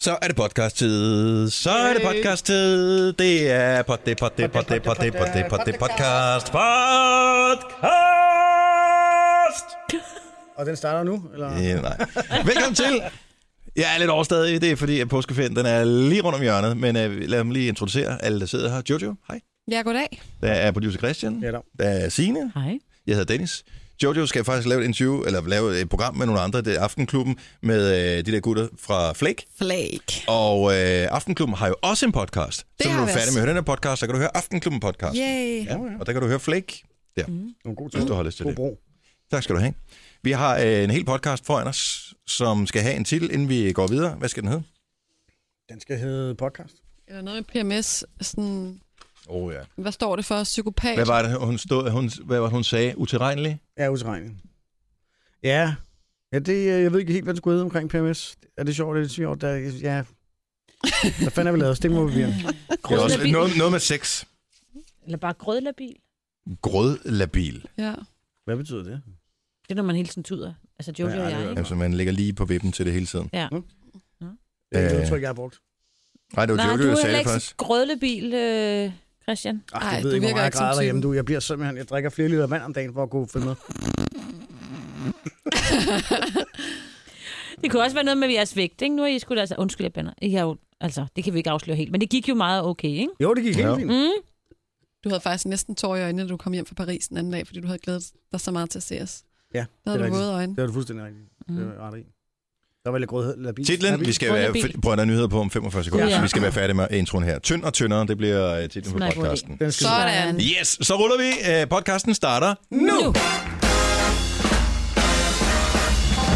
Så er det podcast-tid. Så er det podcast-tid. Det er pod, det, pod, det, pod, det, pod, det, pod, det, pod, det, podcast. Podcast! Og den starter nu? Eller? Ja, nej. Velkommen til. Jeg er lidt overstadig. Det er fordi, at påskeferien den er lige rundt om hjørnet. Men uh, lad mig lige introducere alle, der sidder her. Jojo, hej. Ja, goddag. Der er producer Christian. Ja, da. Der er Signe. Hej. Jeg hedder Dennis. Jojo skal faktisk lave et interview, eller lave et program med nogle andre. Det er Aftenklubben med øh, de der gutter fra Flake. Flake. Og øh, Aftenklubben har jo også en podcast. Det så når har du er vi færdig også. med at høre den her podcast, så kan du høre Aftenklubben podcast. Yay. Ja, og der kan du høre Flake. Der, mm. Nogle gode hvis ting. du har lyst til God det. bro. Tak skal du have. Vi har øh, en hel podcast foran os, som skal have en titel, inden vi går videre. Hvad skal den hedde? Den skal hedde podcast. Eller noget med PMS. Sådan, Åh oh, ja. hvad står det for? Psykopat? Hvad var det, hun, stod, hun, hvad var det, hun sagde? Utilregnelig? Ja, utilregning. Ja. Ja, det, øh, jeg ved ikke helt, hvad den skulle hedde omkring PMS. Er det sjovt, er det sjovt? Der, ja. Hvad fanden er vi lavet? os? Det må vi blive. Det er også Grødlabil. noget, noget med sex. Eller bare grødlabil. Grødlabil. Ja. Hvad betyder det? Det er, når man hele tiden tuder. Altså Jojo Ja, ja, og det er jeg. det. Ikke? Altså, man ligger lige på vippen til det hele tiden. Det er Øh. et udtryk, jeg har brugt. Nej, det var Nej, Jojo, du der er sagde heller det ikke faktisk. så grødlebil, øh, Christian. Ach, Ej, jeg du ved ikke, virker hvor meget jeg ikke som græder derhjemme. typen. Du, jeg bliver simpelthen... Jeg drikker flere liter vand om dagen for at kunne følge med. Det kunne også være noget med jeres vægt, ikke? Nu er I sgu da, altså, undskyld, jeg bander. I har jo, altså, det kan vi ikke afsløre helt, men det gik jo meget okay, ikke? Jo, det gik helt Ja. fint. Mm. Du havde faktisk næsten tårer i øjnene, da du kom hjem fra Paris den anden dag, fordi du havde glædet dig så meget til at se os. Ja, Der det er havde du rigtigt. våde øjne. Det var du fuldstændig rigtigt. Det var ret i. Der var lidt grød. Labil. Titlen, Labil. vi skal være... Grødlabil. Prøv at der er nyheder på om 45 sekunder, Ja. så vi skal være færdige med introen her. Tynd og tyndere, det bliver øh, titlen på Sådan er det. podcasten. Den skal Sådan. Yes, så ruller vi. Øh, Podcasten starter nu. Nu.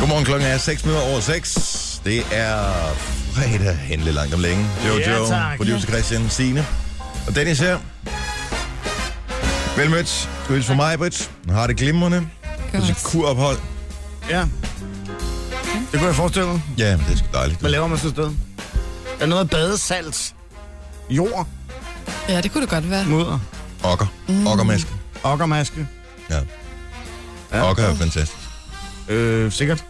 Godmorgen, klokken er 6 minutter over 6. Det er fredag, endelig langt om længe. Jojo, Ja, tak. producer Christian, Signe og Dennis her. Velmødt. Skøls for mig, Britt. Har det glimrende. Godt. På sit kurophold. Ja. Det kunne jeg forestille mig. Ja, men det er sgu dejligt. Hvad laver man sådan et sted? Er der noget badesalt? Jord? Ja, det kunne det godt være. Mudder? Okker. Mm. Okkermaske. Okkermaske? Ja. Ja. Okker er fantastisk. Øh, sikkert.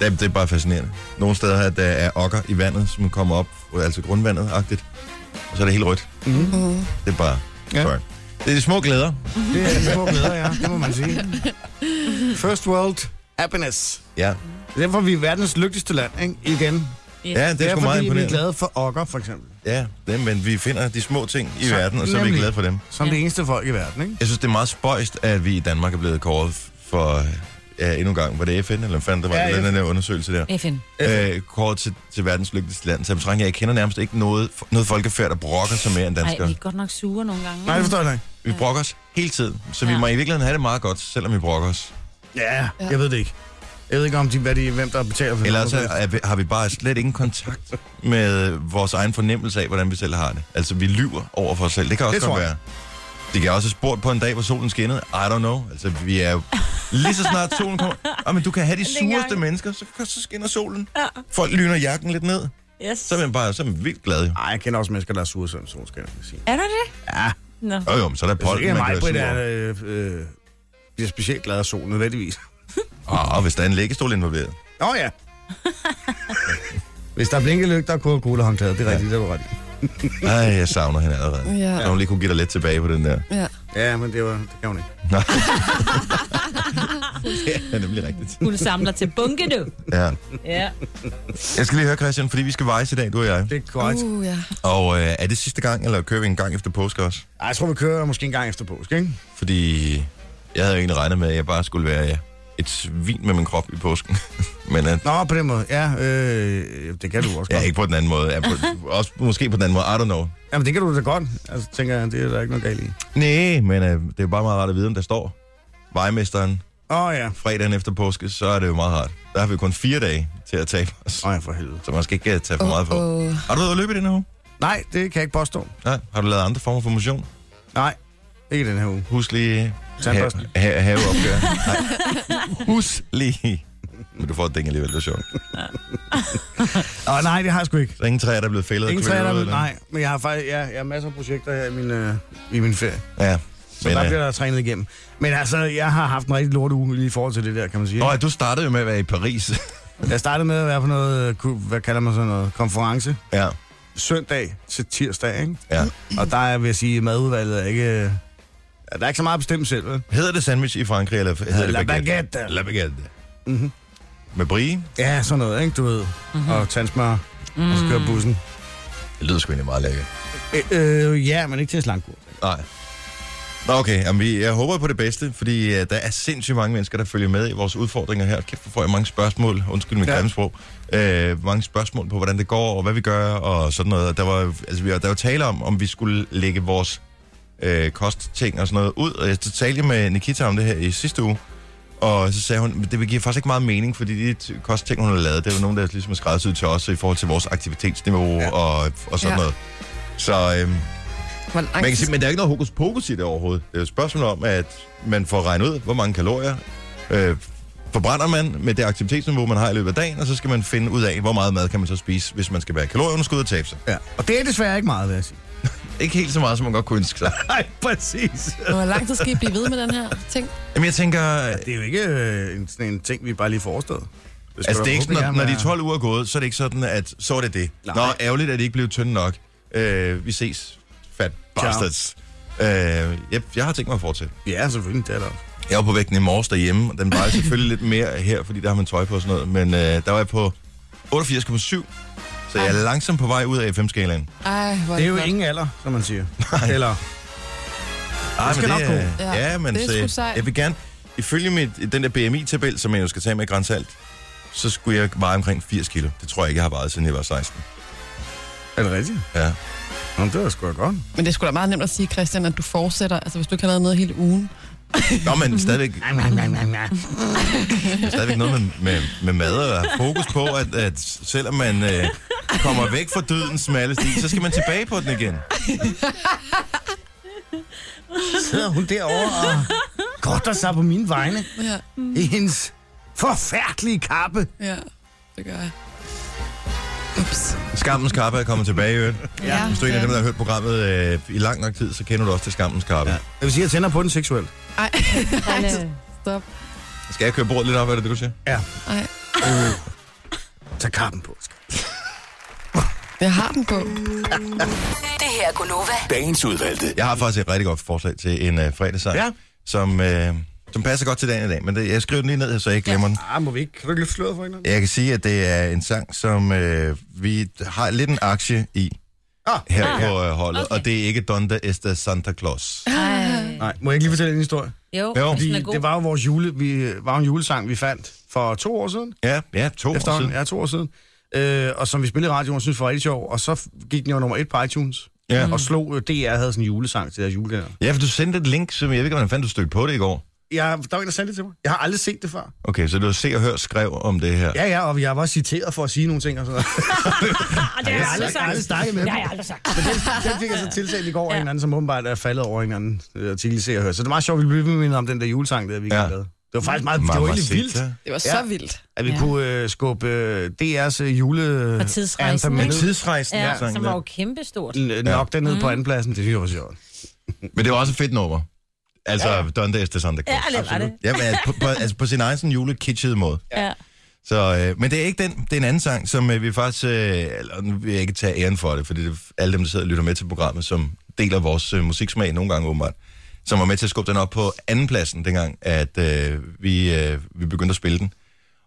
Det, det er bare fascinerende. Nogle steder her, der er okker i vandet, som kommer op, altså grundvandet-agtigt. Og så er det helt rødt. Mm-hmm. Mm. Det er bare... Mm-hmm. Ja. Ja. Det er de små glæder. Det er de små glæder, ja. Det må man sige. First world happiness. Ja. Det er Derfor er vi verdens lykkeligste land, ikke? Igen. Ja, det er, Det sgu er meget fordi, vi er imponerende. glade for okker, for eksempel. Ja, det, men vi finder de små ting i Så- verden, og så er vi nemlig. glade for dem. Som det eneste folk i verden, ikke? Jeg synes, det er meget spøjst, at vi i Danmark er blevet kåret for... Ja, endnu en gang. Var det FN, eller hvad fanden der var Ja, ja, den FN. der undersøgelse der? FN. Øh, kåret til, til verdens lykkeligste land. Så jeg betragter, jeg kender nærmest ikke noget, noget folkefærd, der brokker sig mere end Nej, danskere. vi er godt nok sure nogle gange. Nej, det forstår jeg ikke. Vi brokker os hele tiden, så vi Ja. må i virkeligheden have det meget godt, selvom vi brokker os. Ja, jeg ved det ikke. Jeg ved ikke, om de, hvad de, hvem der betaler for Eller også det. er, vi- har vi bare slet ingen kontakt med vores egen fornemmelse af, hvordan vi selv har det. Altså, vi lyver over for os selv. Det kan også Det godt tror jeg. være. Det kan også have spurgt på en dag, hvor solen skinnede. I don't know. Altså, vi er jo... Lige så snart solen kommer... Ah, men du kan have de Dengang. sureste mennesker, så, så skinner solen. Folk lyner jakken lidt ned. Yes. Så er man bare så er man vildt glad, jo. Ej, jeg kender også mennesker, der er sure, som solskab, kan jeg sige. Er der det? Ja, Nå. Jo, jo, men så er der Polken, polken, Altså, ikke man mig, kan Britt, være er, sur. øh, øh, bliver specielt glad af solen, nødvendigvis. Ah, hvis der er en læggestol involveret. Nå ja. Hvis der er blinkelygter og coca håndklæde, det er rigtigt, ja. det var ret. i. Ej, jeg savner hende allerede. Ja. Ja. Når hun lige kunne give dig lidt tilbage på den der. Ja. Ja, men det, var, det kan hun ikke. Nej. ja, det bliver rigtigt. Hun samler til bunke, du. Ja. Ja. Jeg skal lige høre, Christian, fordi vi skal vejes i dag, du og jeg. Det er korrekt. Uh. Uh, ja. Og øh, er det sidste gang, eller kører vi en gang efter påske også? Ej, jeg tror, vi kører måske en gang efter påske, ikke? Fordi jeg havde jo egentlig regnet med, at jeg bare skulle være et svin med min krop i påsken. Men at, Nå, på den måde. Ja, øh, det kan du også ja, godt. ikke på den anden måde. Ja, på, også måske på den anden måde, I don't know. Jamen, det kan du da godt. Altså, tænker jeg, det er der ikke noget galt i. Nej, men øh, det er jo bare meget rart at vide, om der står vejmesteren Åh oh, ja. fredagen efter påske, så er det jo meget rart. Der har vi kun fire dage til at tabe os. Åh oh, ja, for helvede. Så man skal ikke øh, tage for meget på. Oh, oh. Har du været ude at løbe i den her uge? Nej, det kan jeg ikke påstå. Nej. Har du lavet andre former for motion? Nej, ikke i den her uge. Husk lige øh, Tandbørsten. ha- ha- haveopgør. Nej. Husk lige. Men du får et ding alligevel, det er sjovt. Åh, oh, nej, det har jeg sgu ikke. Så ingen træer, der er blevet fældet? og Ingen kvælet træer, der eller? Nej, men jeg har faktisk ja, jeg har masser af projekter her i min, øh, i min ferie. Ja. Så Men, der øh, bliver der trænet igennem. Men altså, jeg har haft en rigtig lort uge lige i forhold til det der, kan man sige. Nå, ja, du startede jo med at være i Paris. Jeg startede med at være på noget, øh, ku- hvad kalder man sådan noget, konference. Ja. Søndag til tirsdag, ikke? Ja. Og der er, vil jeg sige, madudvalget er ikke... øh, ja, Der er ikke så meget bestemt selv, vel? Hedder det sandwich i Frankrig, eller hedder det La baguette? baguette. La baguette. Mhm. Med brie. Ja, sådan noget, ikke? Du ved. Mm-hmm. Og tandsmør. Mm. Og så kører bussen. Det lyder sgu egentlig meget lækkert. Øh, øh, ja, men ikke til slangkur. Nej. Nå, okay. Jamen, vi, jeg håber på det bedste, fordi uh, der er sindssygt mange mennesker, der følger med i vores udfordringer her. Kæft, hvor får jeg mange spørgsmål. Undskyld mit Ja. ja. grimme sprog. Uh, mange spørgsmål på, hvordan det går, og hvad vi gør, og sådan noget. Og Der var, altså, vi, der var tale om, om vi skulle lægge vores øh, kostting og sådan noget ud. Og jeg talte jeg med Nikita om det her i sidste uge, og så sagde hun, "Men det giver faktisk ikke meget mening, fordi de t- kostting, hun har lavet, det er jo nogen, der ligesom er skræddersyet til os i forhold til vores aktivitetsniveau ja. Ja. og, og sådan ja. Ja. noget. Så øhm, Hvor langt man kan sige, men der er ikke noget hokus pokus i det overhovedet. Det er jo et spørgsmål om, at man får regnet ud, hvor mange kalorier øh, forbrænder man med det aktivitetsniveau, man har i løbet af dagen, og så skal man finde ud af, hvor meget mad kan man så spise, hvis man skal være i kalorieunderskud og tabe sig. Ja. Og det er desværre ikke meget, vil jeg sige. Ikke helt så meget, som man godt kunne ønske sig. Nej, præcis. Hvor lang tid skal I blive ved med den her ting? Jamen jeg tænker, Det er jo ikke øh, en, sådan en ting, vi bare lige forestod. altså det er ikke sådan, når, når de 12 uger er gået, så er det ikke sådan, at så er det det. Nej. Nå, ærgerligt, at det ikke blev tynde nok. Øh, vi ses, fat bastards. Øh, jeg, jeg har tænkt mig at fortsætte. Ja, selvfølgelig, det er der. også. Jeg var på vægten i morges derhjemme, og den vejede selvfølgelig lidt mere her, fordi der har man tøj på og sådan noget. Men øh, der var jeg på 88,7, så jeg er langsomt på vej ud af FM-skalaen. Ej, hvor Det er jo flot. ingen alder, som man siger. Eller, Ej, skal men nok er- gå. Ja, Ja, men det er så, sgu sejt. jeg vil gerne... Ifølge mit, den der BMI-tabel, som jeg jo skal tage med grænsalt, så skulle jeg veje omkring 80 kilo. Det tror jeg ikke, jeg har vejet, siden jeg var 16. er det rigtigt? Ja. Nå, det var sgu da godt. Men det er sgu da meget nemt at sige, Christian, at du fortsætter. Altså, hvis du ikke har lavet noget hele ugen. Nå, men stadigvæk, stadigvæk noget med, med, med mad og have fokus på, at, at selvom man øh, kommer væk fra dødens smalle sti, så skal man tilbage på den igen. Sidder hun derovre og godter sig på mine vegne Ja, i hendes forfærdelige kappe. ja det gør jeg. Ups. Skammens kappe er kommet tilbage, i øvrigt. Ja. Hvis du er en af dem, der har hørt programmet øh, i lang nok tid, så kender du også til skammens kappe. Ja. Jeg vil sige, at jeg tænder på den seksuelt. Ej, Han, Ej, øh, stop. Skal jeg køre bordet lidt op, er det det, du siger? Ej, Tag kappen på. skat. jeg har den på. Det her er Gunova. Dagens udvalgte. Jeg har faktisk et rigtig godt forslag til en øh, fredagssang, Ja. som, øh, som passer godt til dagen i dag. Men det, jeg skriver den lige ned, her, så jeg ikke glemmer den. Ah, må vi ikke? Kan du ikke løfte sløret for hende? Jeg kan sige, at det er en sang, som øh, vi har lidt en aktie i Ah, her Ah. ah, på øh, holdet. Okay. Okay. Og det er ikke Donda Esta Santa Claus. Ej. Nej, må jeg ikke lige fortælle en historie? Jo, Jo. jo. Fordi Den er god. det var jo vores jule, vi, var jo en julesang, vi fandt for to år siden. Ja, ja to år Efterhånden, siden. ja, to år siden. Øh, og som vi spillede i radioen, og synes var rigtig sjov. Og så f- gik den jo nummer et på iTunes. Ja. Og slog, øh, DR havde sådan en julesang til deres julekalender. ja, for du sendte et link, som jeg ved ikke, hvordan fandt du stødte på det i går. Jeg, der var en, der sendte det til mig. Jeg har aldrig set det før. Okay, så det var Se og Hør skrev om det her. Ja, ja, og jeg var også citeret for at sige nogle ting og sådan noget. Ah, det har jeg aldrig Jeg har aldrig sagt. snakket med Det dem. har jeg aldrig sagt. Den fik jeg så tiltalt i går af en anden, som åbenbart er faldet over en anden øh, artikel, ser og hører. Så det er meget sjovt, at vi blev mindet om den der julesang, der vi Ja. ja. lavede. Det var faktisk meget, det var egentlig vildt, Mamacita. Det var så Ja. vildt. at vi Ja. kunne øh, skubbe øh, DR's øh, jule... Og tidsrejsen, anthem ikke? Mm. Men ned- tidsrejsen. Ja, sang som der. var jo kæmpestort. N- Nok dernede på andenpladsen, det synes jeg var sjovt. Men det var også et fedt nummer. Altså, ja. Don Days til Santa Claus. Ja, det var det. Absolut. Jamen, altså, på, på, altså på sin egen sådan julekitschede måde. Ja. Så, øh, men det er ikke den, det er en anden sang, som øh, vi faktisk, øh, eller nu vil jeg ikke tage æren for det, fordi det er alle dem, der sidder og lytter med til programmet, som deler vores øh, musiksmag nogle gange åbenbart, som var med til at skubbe den op på andenpladsen dengang, at øh, vi, øh, vi begyndte at spille den.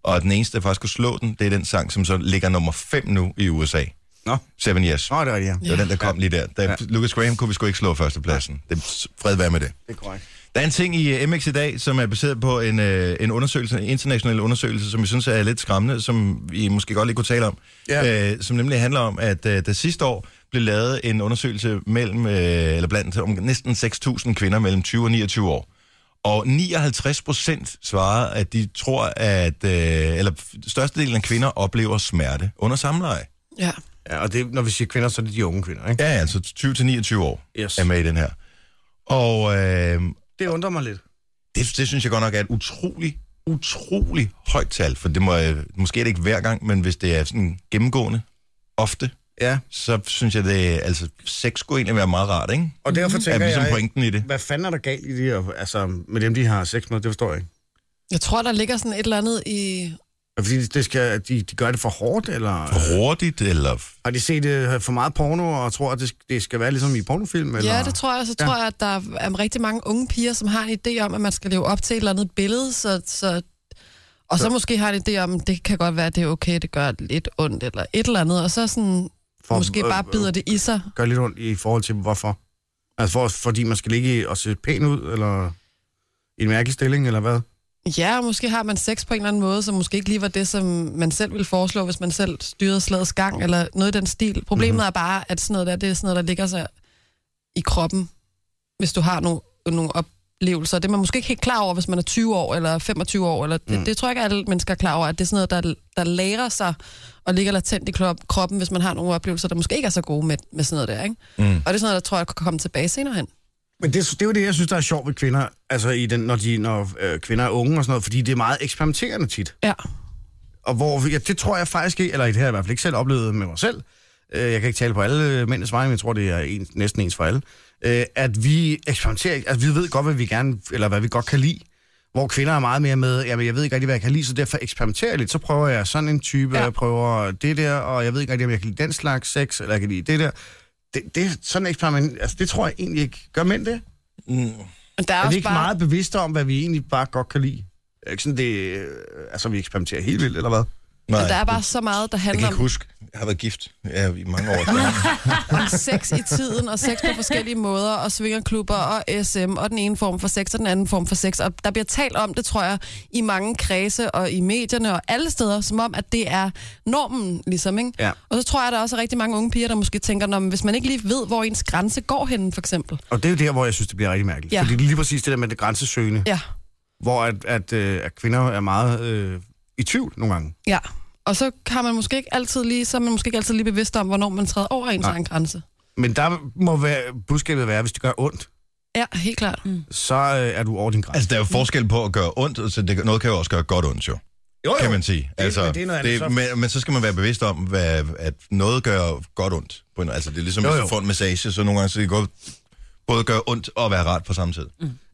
Og den eneste, der faktisk kunne slå den, det er den sang, som så ligger nummer 5 nu i USA. Nå, Seven Years. Nå det er rigtigt, ja. Det var den, der kom lige der. Da Ja. Lucas Graham kunne vi sgu ikke slå førstepladsen. Det er fred være med det. Det er korrekt. Der er en ting i øh, MX i dag, som er baseret på en, øh, en undersøgelse, en international undersøgelse, som jeg synes er lidt skræmmende, som vi måske godt lige kunne tale om. Ja. Øh, som nemlig handler om, at øh, der sidste år blev lavet en undersøgelse mellem, øh, eller blandt om næsten 6.000 kvinder mellem 20 og 29 år. Og 59 procent svarer, at de tror, at, øh, eller størstedelen af kvinder oplever smerte under samleje. Ja. Ja, og det, når vi siger kvinder, så er det de unge kvinder, ikke? Ja, altså 20-29 år Yes. er med i den her. Og øh, Det undrer mig lidt. det, det synes jeg godt nok er et utrolig, utrolig højt tal, for det må, øh, måske er det ikke hver gang, men hvis det er sådan gennemgående ofte, Ja, så synes jeg, det altså, sex skulle egentlig være meget rart, ikke? og derfor Er tænker ligesom jeg, pointen i det. hvad fanden er der galt i det, her, altså, med dem, de har sex med? Det forstår jeg ikke. Jeg tror, der ligger sådan et eller andet i Er det Fordi det skal, de, de gør det for hårdt, eller Hurtigt, eller... har de set øh, for meget porno og tror, at det, det skal være ligesom i pornofilm? Eller? Ja, det tror jeg. Og så Ja. tror jeg, at der er rigtig mange unge piger, som har en idé om, at man skal leve op til et eller andet billede, så, så og så måske har en idé om, det kan godt være, at det er okay, det gør lidt ondt, eller et eller andet, og så sådan, For- måske øh, bare øh, bider det i sig. Gør lidt ondt i forhold til, hvorfor? Altså, for, fordi man skal ligge i- og se pæn ud, eller i en mærkelig stilling, eller hvad? Ja, og måske har man sex på en eller anden måde, som måske ikke lige var det, som man selv ville foreslå, hvis man selv styrede slagets gang, eller noget i den stil. Problemet mm-hmm. er bare, at sådan noget der, det er sådan noget, der ligger sig i kroppen, hvis du har nogle, nogle oplevelser. Det er man måske ikke helt klar over, hvis man er 20 år, eller 25 år, eller det, mm. det tror jeg ikke, alle mennesker er klar over, at det er sådan noget, der, der lærer sig og ligger latent i krop- kroppen, hvis man har nogle oplevelser, der måske ikke er så gode med, med sådan noget der, ikke? Mm. Og det er sådan noget, der tror jeg kan komme tilbage senere hen. Men det, det er jo det, jeg synes, der er sjovt ved kvinder, altså i den, når, de, når øh, kvinder er unge og sådan noget, fordi det er meget eksperimenterende tit. Ja. Og hvor, ja, det tror jeg faktisk ikke, eller det har jeg i hvert fald ikke selv oplevet med mig selv, øh, jeg kan ikke tale på alle øh, mændenes vegne, men jeg tror, det er en, næsten ens for alle, øh, at vi eksperimenterer, altså vi ved godt, hvad vi gerne, eller hvad vi godt kan lide, hvor kvinder er meget mere med, jamen jeg ved ikke rigtig, hvad jeg kan lide, så derfor eksperimenterer jeg lidt, så prøver jeg sådan en type, ja. Ja. jeg prøver det der, og jeg ved ikke rigtig, om jeg kan lide den slags sex, eller jeg kan lide det der. Det, det, sådan eksperiment, altså det tror jeg egentlig ikke. Gør mænd det? Men der er, Er vi også ikke bare... meget bevidste om, hvad vi egentlig bare godt kan lide? Er ikke sådan, det... øh, Altså, vi eksperimenterer helt vildt, eller hvad? Nej, Men der er bare så meget, der jeg handler kan om... ikke huske. Jeg har været gift ja, i mange år. om sex i tiden, og sex på forskellige måder, og svingerklubber, og SM, og den ene form for sex, og den anden form for sex. Og der bliver talt om det, tror jeg, i mange kredse, og i medierne, og alle steder, som om, at det er normen, ligesom, ikke? Ja. Og så tror jeg, at der også er rigtig mange unge piger, der måske tænker, "Nå, men hvis man ikke lige ved, hvor ens grænse går henne, for eksempel. Og det er jo der, hvor jeg synes, det bliver rigtig mærkeligt. Ja. Ja. Fordi det er lige præcis det der med det grænsesøgende, ja. Ja, hvor at, at, øh, at kvinder er meget øh, i tvivl nogle gange. ja. Og så har man måske ikke altid lige, så er man måske ikke altid lige bevidst om, hvornår man træder over ens Nej. egen grænse. Men der må være, budskabet være, at hvis det gør ondt, Ja, helt klart. Mm. så øh, er du over din grænse. Altså, der er jo forskel på at gøre ondt, så det, noget kan jo også gøre godt ondt, jo. jo, kan man sige. Det- altså, men det er noget andet, så- men, men så skal man være bevidst om, hvad, at noget gør godt ondt. På en, altså, det er ligesom, Jo, hvis jo. du får en massage, så nogle gange så det går både gøre ondt og være rart på samme tid.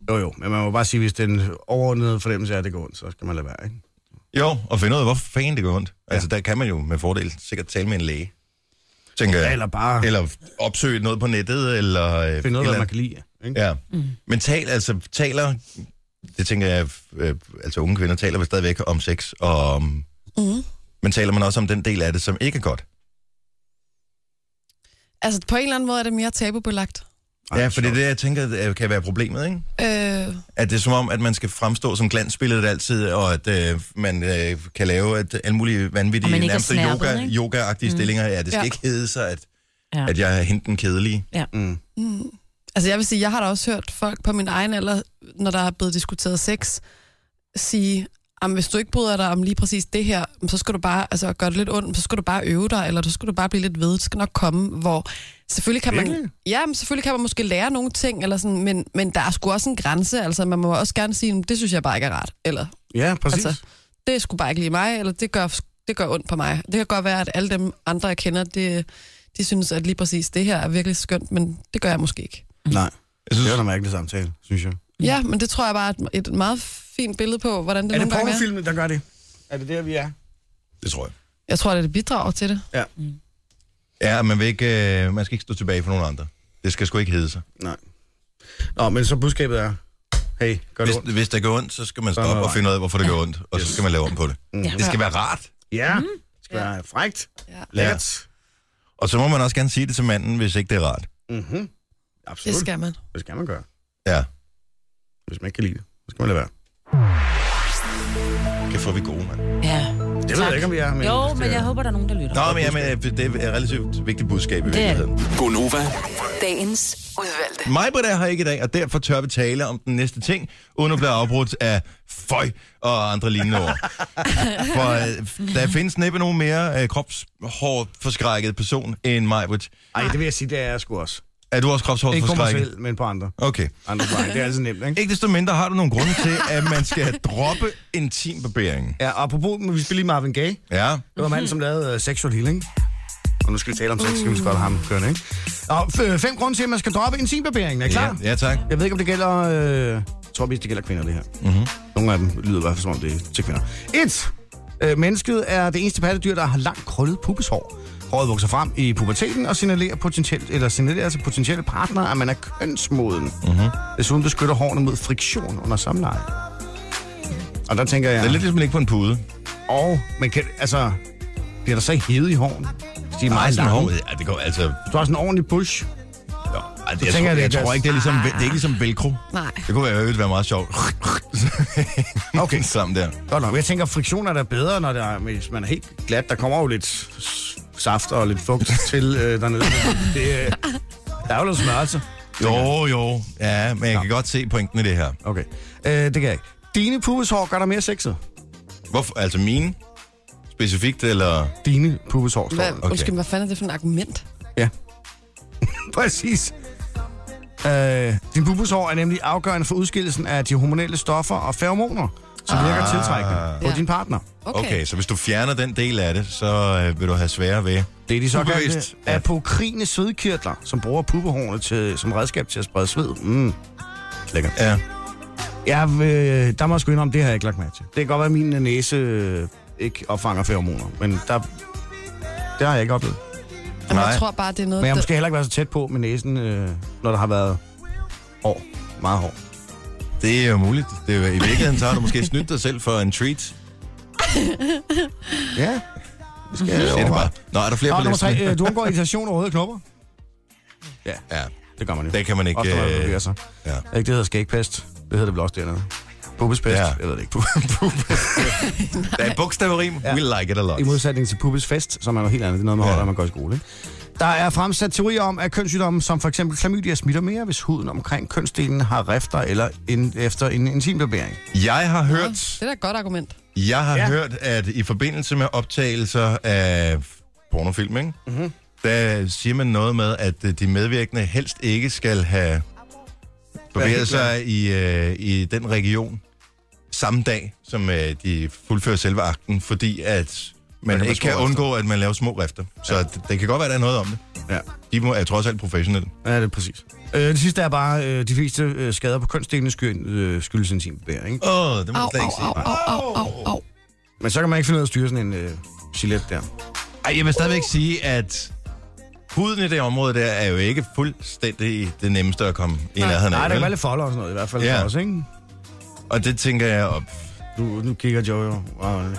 Jo, jo. Men man må bare sige, hvis den overordnede fornemmelse er, at det går ondt, så skal man lade være, ikke? Jo, og finde ud af, hvorfor fanden det gør ondt. Altså, der kan man jo med fordel sikkert tale med en læge. Tænker, Ja, jeg. eller bare eller, eller opsøge noget på nettet, eller... øh, finde noget, eller hvad man kan lide. Ikke? Ja. Mm. Men tal, altså, taler... Det tænker jeg, øh, altså unge kvinder taler vel stadigvæk om sex, og om... Mm. Men taler man også om den del af det, som ikke er godt? Altså, på en eller anden måde er det mere tabubelagt. Ej, ja, for det er sjovt. det, jeg tænker, øh, kan være problemet, ikke? Øh, At det er som om, at man skal fremstå som glansbilledet altid, og at øh, man øh, kan lave et, alle mulige Og man vanvittige, ikke er nærmest snerpet, yoga, ikke? yoga-agtige mm. stillinger. Ja, det skal ja. Ja. ikke hedde sig, at, Ja. ja. at jeg er hende den kedelige. Mm. Altså jeg vil sige, jeg har da også hørt folk på min egen alder, når der er blevet diskuteret sex, sige, "Jamen, hvis du ikke bryder dig om lige præcis det her, så skal du bare altså, gøre det lidt ondt, så skal du bare øve dig, eller så skal du bare blive lidt ved, det skal nok komme, hvor selvfølgelig kan Virkelig? man, ja, men selvfølgelig kan man måske lære nogle ting, eller sådan, men, men der er sgu også en grænse, altså man må også gerne sige, "Men det synes jeg bare ikke er rart, eller Ja, præcis. Altså, Altså, det er sgu bare ikke lige mig, eller det gør, det gør ondt på mig. Det kan godt være, at alle dem andre, jeg kender, det, de synes, at lige præcis det her er virkelig skønt, men det gør jeg måske ikke. Nej, Jeg synes, det var da mærkelig samtale, synes jeg. Ja, men det tror jeg bare er et, et meget fint billede på, hvordan det Er det nogle gange er. pornofilmen, der gør det? Er det der, vi er? det tror jeg. Jeg tror, det, det bidrager til det. Mm. Ja, man, vil ikke, øh, man skal ikke stå tilbage for nogen andre. Det skal sgu ikke hedde sig. Nej. Nå, men så budskabet er, hey, gør det Hvis, ondt. hvis det gør ondt, så skal man er stoppe man og finde ud af, hvorfor det gør ondt, og så skal man lave om på det. Ja. Det skal være rart. Ja, det skal være frægt, Ja. lækkert. Og så må man også gerne sige det til manden, hvis ikke det er rart. Mhm. Det Absolut. skal man. Det skal man gøre. Ja, Hvis man ikke kan lide det, så skal man lade være. kan få vi er gode, mand. Ja. Det ved jeg ikke, om vi er. Men Jo, hvis men det er- jeg håber, der er nogen, der lytter. Nå, men, ja, men øh, det er et relativt vigtigt budskab i er Altså, det. virkeligheden. Gonova, Dagens udvalgte. Mig på er her ikke i dag, og derfor tør vi tale om den næste ting, uden at blive afbrudt af føj og andre lignende ord. For øh, der findes næppe nogen mere øh, kropshård forskrækket person end mig. Ej, det vil jeg sige, det er jeg sgu også. Er du også kropshård Ikke på mig forskrækket? selv, men på andre. Okay. Andre vejen. Det er altid nemt, ikke? Ikke desto mindre har du nogle grunde til, at man skal droppe intimbarberingen. Ja, og apropos, men vi spiller lige Marvin Gaye. Ja. Det var manden, som lavede uh, Sexual Healing. Og nu skal vi tale om sex, skal vi så godt have ham kørende, ikke? Og f- fem grunde til, at man skal droppe intimbarberingen. Er I klar? Ja, ja tak. Jeg ved ikke, om det gælder... Mhm. Øh, jeg tror, mest, det gælder kvinder, det her. Mm-hmm. Nogle af dem lyder i hvert fald, som om det er til kvinder. Et. Øh, mennesket er det eneste pattedyr, der har langt krøllet pubeshår. Håret vokser frem i puberteten og signalerer, potentielt, eller signalerer til potentielle partnere, at man er kønsmoden. Mhm. Mm-hmm. Desuden beskytter hårene mod friktion under samleje. Og der tænker jeg... Det er lidt ligesom at ligge på en pude. Og, men kan, altså, bliver der så hede i hårene? Hvis de er Nej, meget sådan hår. lange. Ja, det går altså... Du har sådan en ordentlig bush. Jo, ej, det, jeg, tænker tror, jeg, jeg, det tror er deres- ikke, det er, ligesom, det er ikke ligesom velcro. Nej. Det kunne være, det ville være meget sjovt. Okay. Sammen der. Godt nok. Jeg tænker, friktion er da bedre, når det er, hvis man er helt glat. Der kommer jo lidt s- saft og lidt fugt til øh, dernede. Det, øh, der er jo lidt smørelse. Jo, jo. Ja, men jeg kan godt se pointen i det her. Okay. Øh, det kan jeg ikke. Dine pubeshår gør dig mere sexet. Hvorfor? Altså mine? Specifikt, eller... Dine pubeshår, står Hvad, der. Okay. okay. Undskyld, hvad fanden er det for et argument? Ja. Præcis. Øh, din pubeshår er nemlig afgørende for udskillelsen af de hormonelle stoffer og feromoner, som virker tiltrækkende på Ja. din partner. Okay. Okay. okay. okay, så hvis du fjerner den del af det, så øh, vil du have sværere ved. Det er de såkaldte Ubevidst, ja. apokrine svedkirtler, som bruger pubehårene til, som redskab til at sprede sved. Mm. Lækkert. Ja. Jeg, øh, der må jeg sgu indrømme, det har jeg ikke lagt mærke til. Det kan godt være, at min øh, næse øh, ikke opfanger feromoner, men der, det har jeg ikke oplevet. Jamen, Nej. jeg tror bare, det er noget... Men jeg har der- måske heller ikke været så tæt på med næsen, øh, når der har været hård. Meget hård. Det er jo muligt. Det er, jo- I virkeligheden så har du måske snydt dig selv for en treat. Ja. Det skal jeg Det er Mm-hmm. det bare. Nå, er der flere Nå, på nummer listen? tre, øh, du undgår irritation og røde knopper. Ja, Det gør man jo. det kan man ikke... Ofte, når man bevæger Øh, sig. ja. Ikke, det hedder skægpest. Det hedder det vel også dernede. Pubespest, Ja. ja. jeg ved det ikke. Der er et bogstaverim. Ja. We like it a lot. I modsætning til pubesfest, som er noget helt andet. Det er noget med Ja. ja. når man går i skole, ikke? Der er fremsat teorier om, at kønssygdomme som for eksempel klamydia smitter mere, hvis huden omkring kønsdelen har rifter eller en, efter en intimbarbering. Jeg har Nå, hørt... Det er da et godt argument. Jeg har ja. Ja. hørt, at i forbindelse med optagelser af pornofilm, ikke? Mm-hmm. der siger man noget med, at øh, de medvirkende helst ikke skal have bevæget helt klar. sig i, øh, i den region samme dag, som øh, de fuldfører selve akten, fordi at man, kan man man ikke kan små undgå, at man laver små rifter. Så ja. det, det kan godt være, at der er noget om det. Ja. De må, er trods alt professionelle. Ja, det er præcis. Øh, det sidste er bare, øh, de fleste øh, skader på kønsdelene sky, øh, skyldes intimbarbering. ikke? Åh, oh, det må Au, jeg slet au, ikke sige. au, au, au, au, au. Men så kan man ikke finde ud af at styre sådan en øh, gilet der. Ej, jeg vil stadigvæk sige, at huden i det område der er jo ikke fuldstændig det nemmeste at komme i nærheden af. Nej, der vel? kan være lidt folder og sådan noget, i hvert fald Ja. ja. for os, ikke? Og det tænker jeg, og, Du, nu kigger Jojo. Wow. og,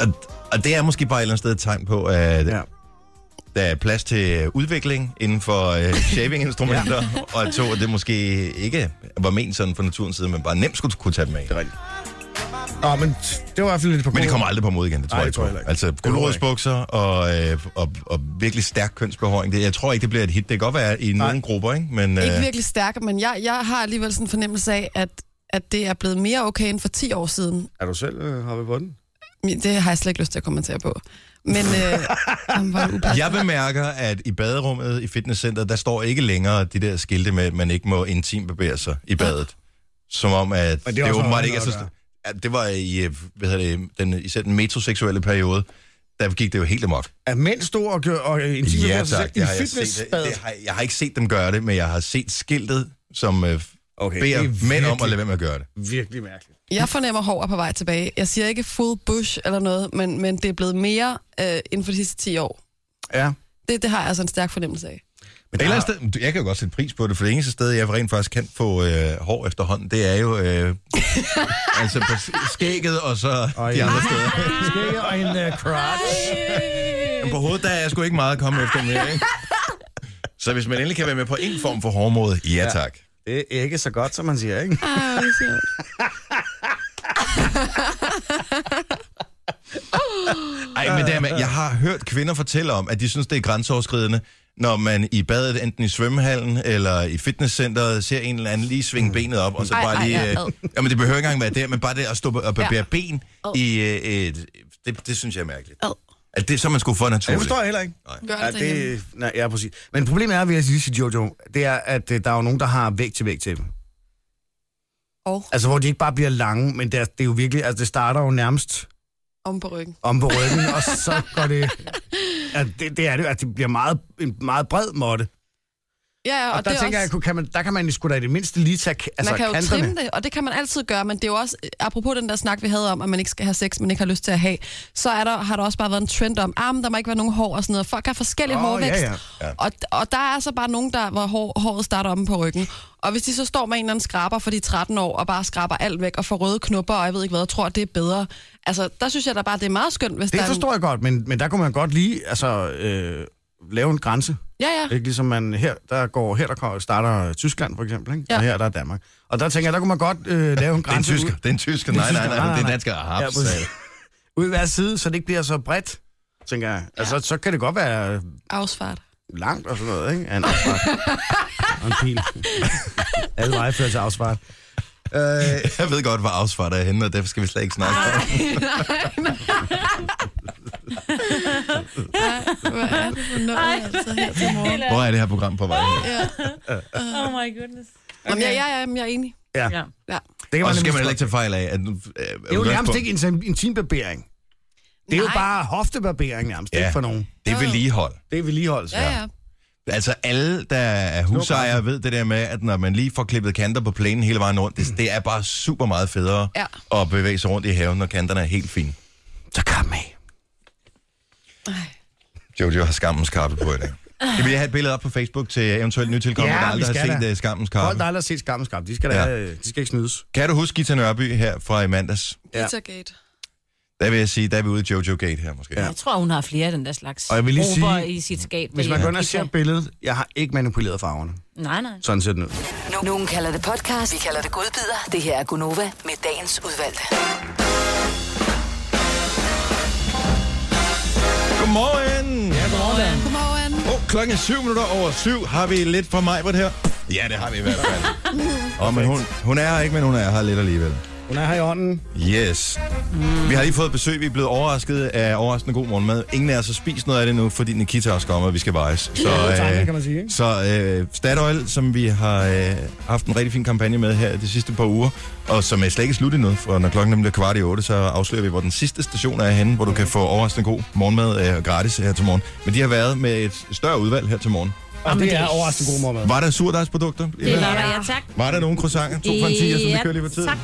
og, og det er måske bare et eller andet sted et tegn på, at ja. Ja. der er plads til udvikling inden for øh, shaving-instrumenter, ja. og to, at det måske ikke var ment sådan fra naturens side, men bare nemt skulle kunne tage dem af. Nå, men det var i hvert fald lidt på Men det bordet. kommer aldrig på mod igen, det tror Nej, jeg det tror jeg ikke. på. heller Altså, ikke. Det håber jeg guldrådsbukser og, øh, og, og virkelig stærk kønsbehåring, det, jeg tror ikke, det bliver et hit. Det kan godt være i Nej. nogle grupper, ikke? Men, øh, Ikke virkelig stærk, men jeg, jeg har alligevel sådan en fornemmelse af, at, at det er blevet mere okay end for 10 år siden. Er du selv øh, hoppet på den? Men Det har jeg slet ikke lyst til at kommentere på. Men øh, jamen, hvor er det upassende. Jeg bemærker, at i baderummet i fitnesscenteret, der står ikke længere de der skilte med, at man ikke må intim bevæge sig i badet. Som om, at det, også det noget åbenbart andet ikke er så... at gøre. st- Ja, det var i, øh, hvad hedder det, den, især den metroseksuelle periode, der gik det jo helt amok. Er mænd store og, gør, og øh, intime ja, sig selv i det har jeg, set. øh, Det, fitnessbad? det har, jeg har ikke set dem gøre det, men jeg har set skiltet, som øh, okay, Okay, beder det mænd er om at virkelig- lade være med at gøre det. Virkelig mærkeligt. Jeg fornemmer, at hår er på vej tilbage. Jeg siger ikke full bush eller noget, men, men det er blevet mere øh, inden for de sidste 10 år. Ja. Det, det har jeg altså en stærk fornemmelse af. Men et eller andet sted, jeg kan jo godt sætte pris på det, for det eneste sted, jeg rent faktisk kan få øh, hår efterhånden, det er jo øh, altså på s- skægget og så Og de en- andre steder. Skægge og en uh, crotch. Men på hovedet, der er jeg sgu ikke meget at komme efter mere, ikke? Så hvis man endelig kan være med på en form for hårmåde, ja tak. Det er ikke så godt, som man siger, ikke? Ej, hvor sjovt. Ej, men dermed, jeg har hørt kvinder fortælle om, at de synes, det er grænseoverskridende, når man i badet, enten i svømmehallen eller i fitnesscenteret, ser en eller anden lige svinge benet op, og så Ej, bare ej, lige... ja, Øh, ad. jamen, det behøver ikke engang være der, men bare det at stå og bære Ja. ben i øh, et... Det, det synes jeg er mærkeligt. Ad. At det, så er man skulle få Det naturligt. forstår jeg heller ikke. Gør det Ja, derhjemme. det, nej, ja, præcis. Men problemet er, vil jeg lige sige, Jojo, det er, at øh, der er jo nogen, der har væg til væg til dem. Og Altså, hvor de ikke bare bliver lange, men det er, det er jo virkelig, altså det starter jo nærmest om på ryggen. om på ryggen, og så går det... Ja, det, det er det, at det bliver meget, en meget bred måtte. Ja, ja, Og, og der det er tænker også... jeg, kunne- kan man, der kan man jo sgu da i det mindste lige tage k- altså, man kan jo kanterne. trimme det, og det kan man altid gøre, men det er jo også, apropos den der snak, vi havde om, at man ikke skal have sex, man ikke har lyst til at have, så er der, har der også bare været en trend om, ah, men der må ikke være nogen hår og sådan noget. Folk har forskellig Åh, oh, hårvækst, ja, ja. Ja. Og, og der er så bare nogen, der, hvor hår, håret starter omme på ryggen. Og hvis de så står med en eller anden skraber, for de er 13 år, og bare skraber alt væk og får røde knopper, og jeg ved ikke hvad, og tror, at det er bedre. Altså, der synes jeg da bare, det er meget skønt, hvis Det der er... forstår jeg godt, men, men der kunne man godt lige altså, øh, lave en grænse. En... Ja, ja. Ikke ligesom man her, der går, her der kommer- starter Tyskland for eksempel, ikke? Ja. Ja. og her der er Danmark. Og der tænker jeg, der kunne man godt øh, lave en Det er en grænse tysker. Det er en tysker. Nej, nej, nej. Det er en dansker. Ja, Haps, præcis. ud, ud hver side, så det ikke bliver så bredt, tænker jeg. Altså, så kan det godt være Afsfart. langt og sådan noget, ikke? Af En afsvart. og en pil. Alle veje fører til afsvart. Øh, jeg ved godt, hvor afsvaret er henne, og derfor skal vi slet ikke snakke om det. nej, nej. Ej, hvor er det for noget, altså, her til morgen. Hvor er det her program på vej hen? Ja. Oh my goodness. Okay. Jamen, ja, ja, ja, jamen, jeg er enig. ja. Ja. Ja. Det kan Og så skal nemlig man heller godt- ikke tage fejl af, at... nu, øh, Det er jo nærmest udgangspunkt- ikke en intimbarbering. Det er jo Nej. bare hoftebarbering nærmest, ja. Ja. ikke for nogen. Det er vedligehold. Det er vedligeholdelse. Ja, ja. Altså alle, der er husejere, ved det der med, at når man lige får klippet kanter på plænen hele vejen rundt, det, det er bare super meget federe Ja. at bevæge sig rundt i haven, når kanterne er helt fine. Så kom med. Jojo har skammens kappe på i dag. Kan vi have et billede op på Facebook til eventuelt nytilkommende, Ja, der vi aldrig har skal set da. uh, skammens Folk, kappe? der aldrig har set skammeskab, de skal, da, Ja. øh, de skal ikke snydes. Kan du huske Gita Nørby her fra i mandags? Ja. Pizzagate. Der vil jeg sige, der er vi ude i Jojo Gate her måske. Jeg tror, hun har flere af den der slags Og jeg vil lige råber sige, i sit skab. Hvis Det man er går ind og ikke ser så- billedet, jeg har ikke manipuleret farverne. Nej, nej. Sådan ser den ud. No- Nogen kalder det podcast, vi kalder det godbider. Det her er Gunova med dagens udvalgte. Godmorgen! Ja, Godmorgen. Oh, klokken er syv minutter over syv. Har vi lidt for mig på det her? Ja, det har vi i hvert fald. Og, men hun, hun er her ikke, men hun er her lidt alligevel. Hun er her i ånden. Yes. Mm. Vi har lige fået besøg. Vi er blevet overrasket af overraskende god morgenmad. Ingen af os har spist noget af det nu, fordi Nikita også kommer, og vi skal vejes. Så, øh, God timing, kan man sige, ikke? så øh, Statoil, som vi har øh, haft en rigtig fin kampagne med her de sidste par uger, og som er slet ikke slut endnu, for når klokken nemlig er kvart i otte, så afslører vi, hvor den sidste station er henne, hvor du kan få overraskende god morgenmad øh, gratis her til morgen. Men de har været med et større udvalg her til morgen. Og det er overraskende god mormad. Var der surdejsprodukter? Det var der, ja tak. Var der nogle croissanter? To for en 10, jeg synes, det kører lige for tiden. Tak.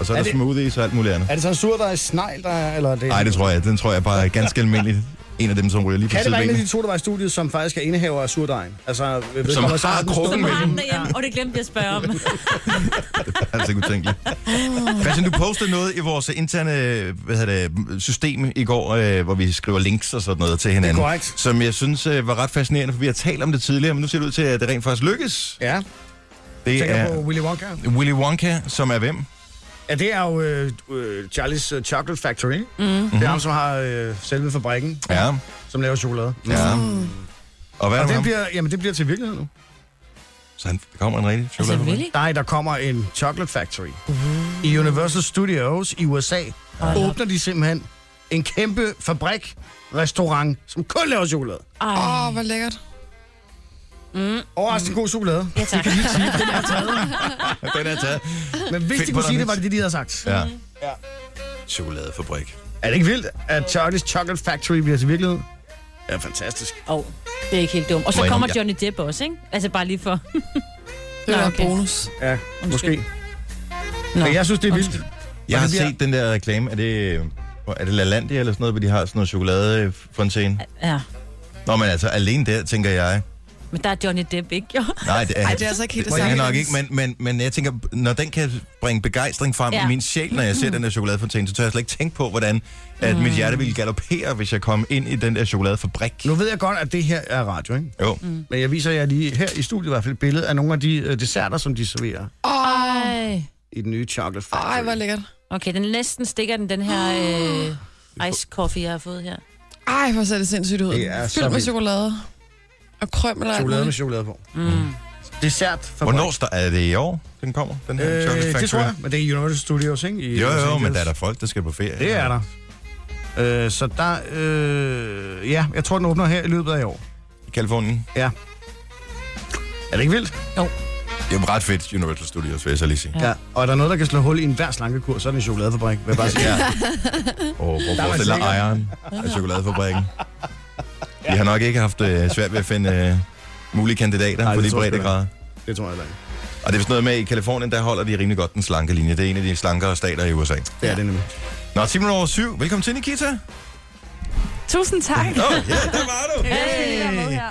Og så er, der det- smoothies og alt muligt andet. Er det sådan en sur, der er snegl, der er, eller er det... Nej, det tror jeg. Den tror jeg bare er ganske almindelig. En af dem, som ryger lige på Kan det være en af sidebenet. de to, der var i studiet, som faktisk er indehaver af surdejen? Altså, ved, Som kommer, har den krukken Som stående- har den derhjemme, og det glemte jeg at spørge om. Altså ikke utænkeligt. Christian, du postede noget i vores interne hvad hedder det, system i går, øh, hvor vi skriver links og sådan noget til hinanden. korrekt. Som jeg synes øh, var ret fascinerende, for vi har talt om det tidligere, men nu ser det ud til, at det rent faktisk lykkes. Ja, Det tænker er på Willy Wonka. Willy Wonka, som er hvem? Ja, det er jo øh, øh, Charlie's øh, Chocolate Factory. Mm. Det er Mm-hmm. ham, som har øh, selve fabrikken, Ja. som laver chokolade. ja. Og hvad er Mm. Og det det med ham? bliver, jamen, det bliver til virkelighed nu. Så han der kommer en rigtig Altså, chokolade. Willy? Nej, der kommer en Chocolate Factory. I Universal Studios i USA åbner de simpelthen en kæmpe fabrik, restaurant, som kun laver chokolade. Ej, Åh, oh, hvor lækkert. Overraskende god Mm. chokolade. ja tak. Den er taget. Men hvis Fedt de på dig, kunne sige det, Niels. var det det, de havde sagt. Ja. Chokoladefabrik. Er det ikke vildt, at Charlie's Chocolate Factory bliver til virkelighed? Ja, fantastisk. Åh, oh, det er ikke helt dumt. Og Må så jeg kommer indrømme, Johnny Depp også, ikke? Altså bare lige for... Det Nå, var okay. okay. bonus. Ja, måske. Nå. Men jeg synes, det er vildt. Jeg Og har det bliver- set den der reklame. Er det, er det LaLandia eller sådan noget, hvor de har sådan noget chokoladefontæne? Ja, Nå, men altså, alene der, tænker jeg. men der er Johnny Depp ikke, jo. Nej, det er, Ej, det er altså ikke helt det det er samme. nok ikke, men, men, men jeg tænker, når den kan bringe begejstring frem ja. Ja. i min sjæl, når jeg Mm. ser den der chokoladefontæne, så tør jeg slet ikke tænke på, hvordan at mit hjerte ville galopere, hvis jeg kom ind i den der chokoladefabrik. Nu ved jeg godt, at det her er radio, ikke? Jo. Mm. Men jeg viser jer lige her i studiet i hvert fald et billede af nogle af de øh, desserter, som de serverer Åh, Ej. i den nye Chocolate Factory. oh, hvor lækkert. Okay, den næsten stikker den, den her øh, ice coffee, jeg har fået her. Ej, hvor ser det sindssygt ud. Det er så Fyldt med vildt. chokolade. Og krøm eller alt Chokolade med muligt. chokolade på. Mm. Dessert for Hvornår sta- er det i år, den kommer, den her øh, chokolade øh, factory? Det tror jeg, men det er Universal Studios, ikke? I Jo, Los jo, men Angeles. der er der folk, der skal på ferie. Det er der. Øh, så der... Øh, ja, jeg tror, den åbner her i løbet af i år. I Kalifornien. Ja. Er det ikke vildt? Det er jo ret fedt, Universal Studios, vil jeg så lige sige. Ja. Ja. ja. Og er der noget, der kan slå hul i enhver slankekur, så er det en chokoladefabrik. Vil jeg bare sige. Ja. Og hvor var forestiller sikkert. ejeren af chokoladefabrikken. De har nok ikke haft øh, svært ved at finde øh, mulige kandidater Nej, Nej, på det de tror jeg sgu breddegrader. Det tror jeg heller ikke. Og det er sådan noget med, at i Kalifornien, der holder de rimelig godt den slanke linje. Det er en af de slankere stater i USA. Det er det nemlig. Nå, 10 minutter over syv. Velkommen til, Nikita. Tusind tak. Nå, ja, der var du. Hey. Jeg er med her.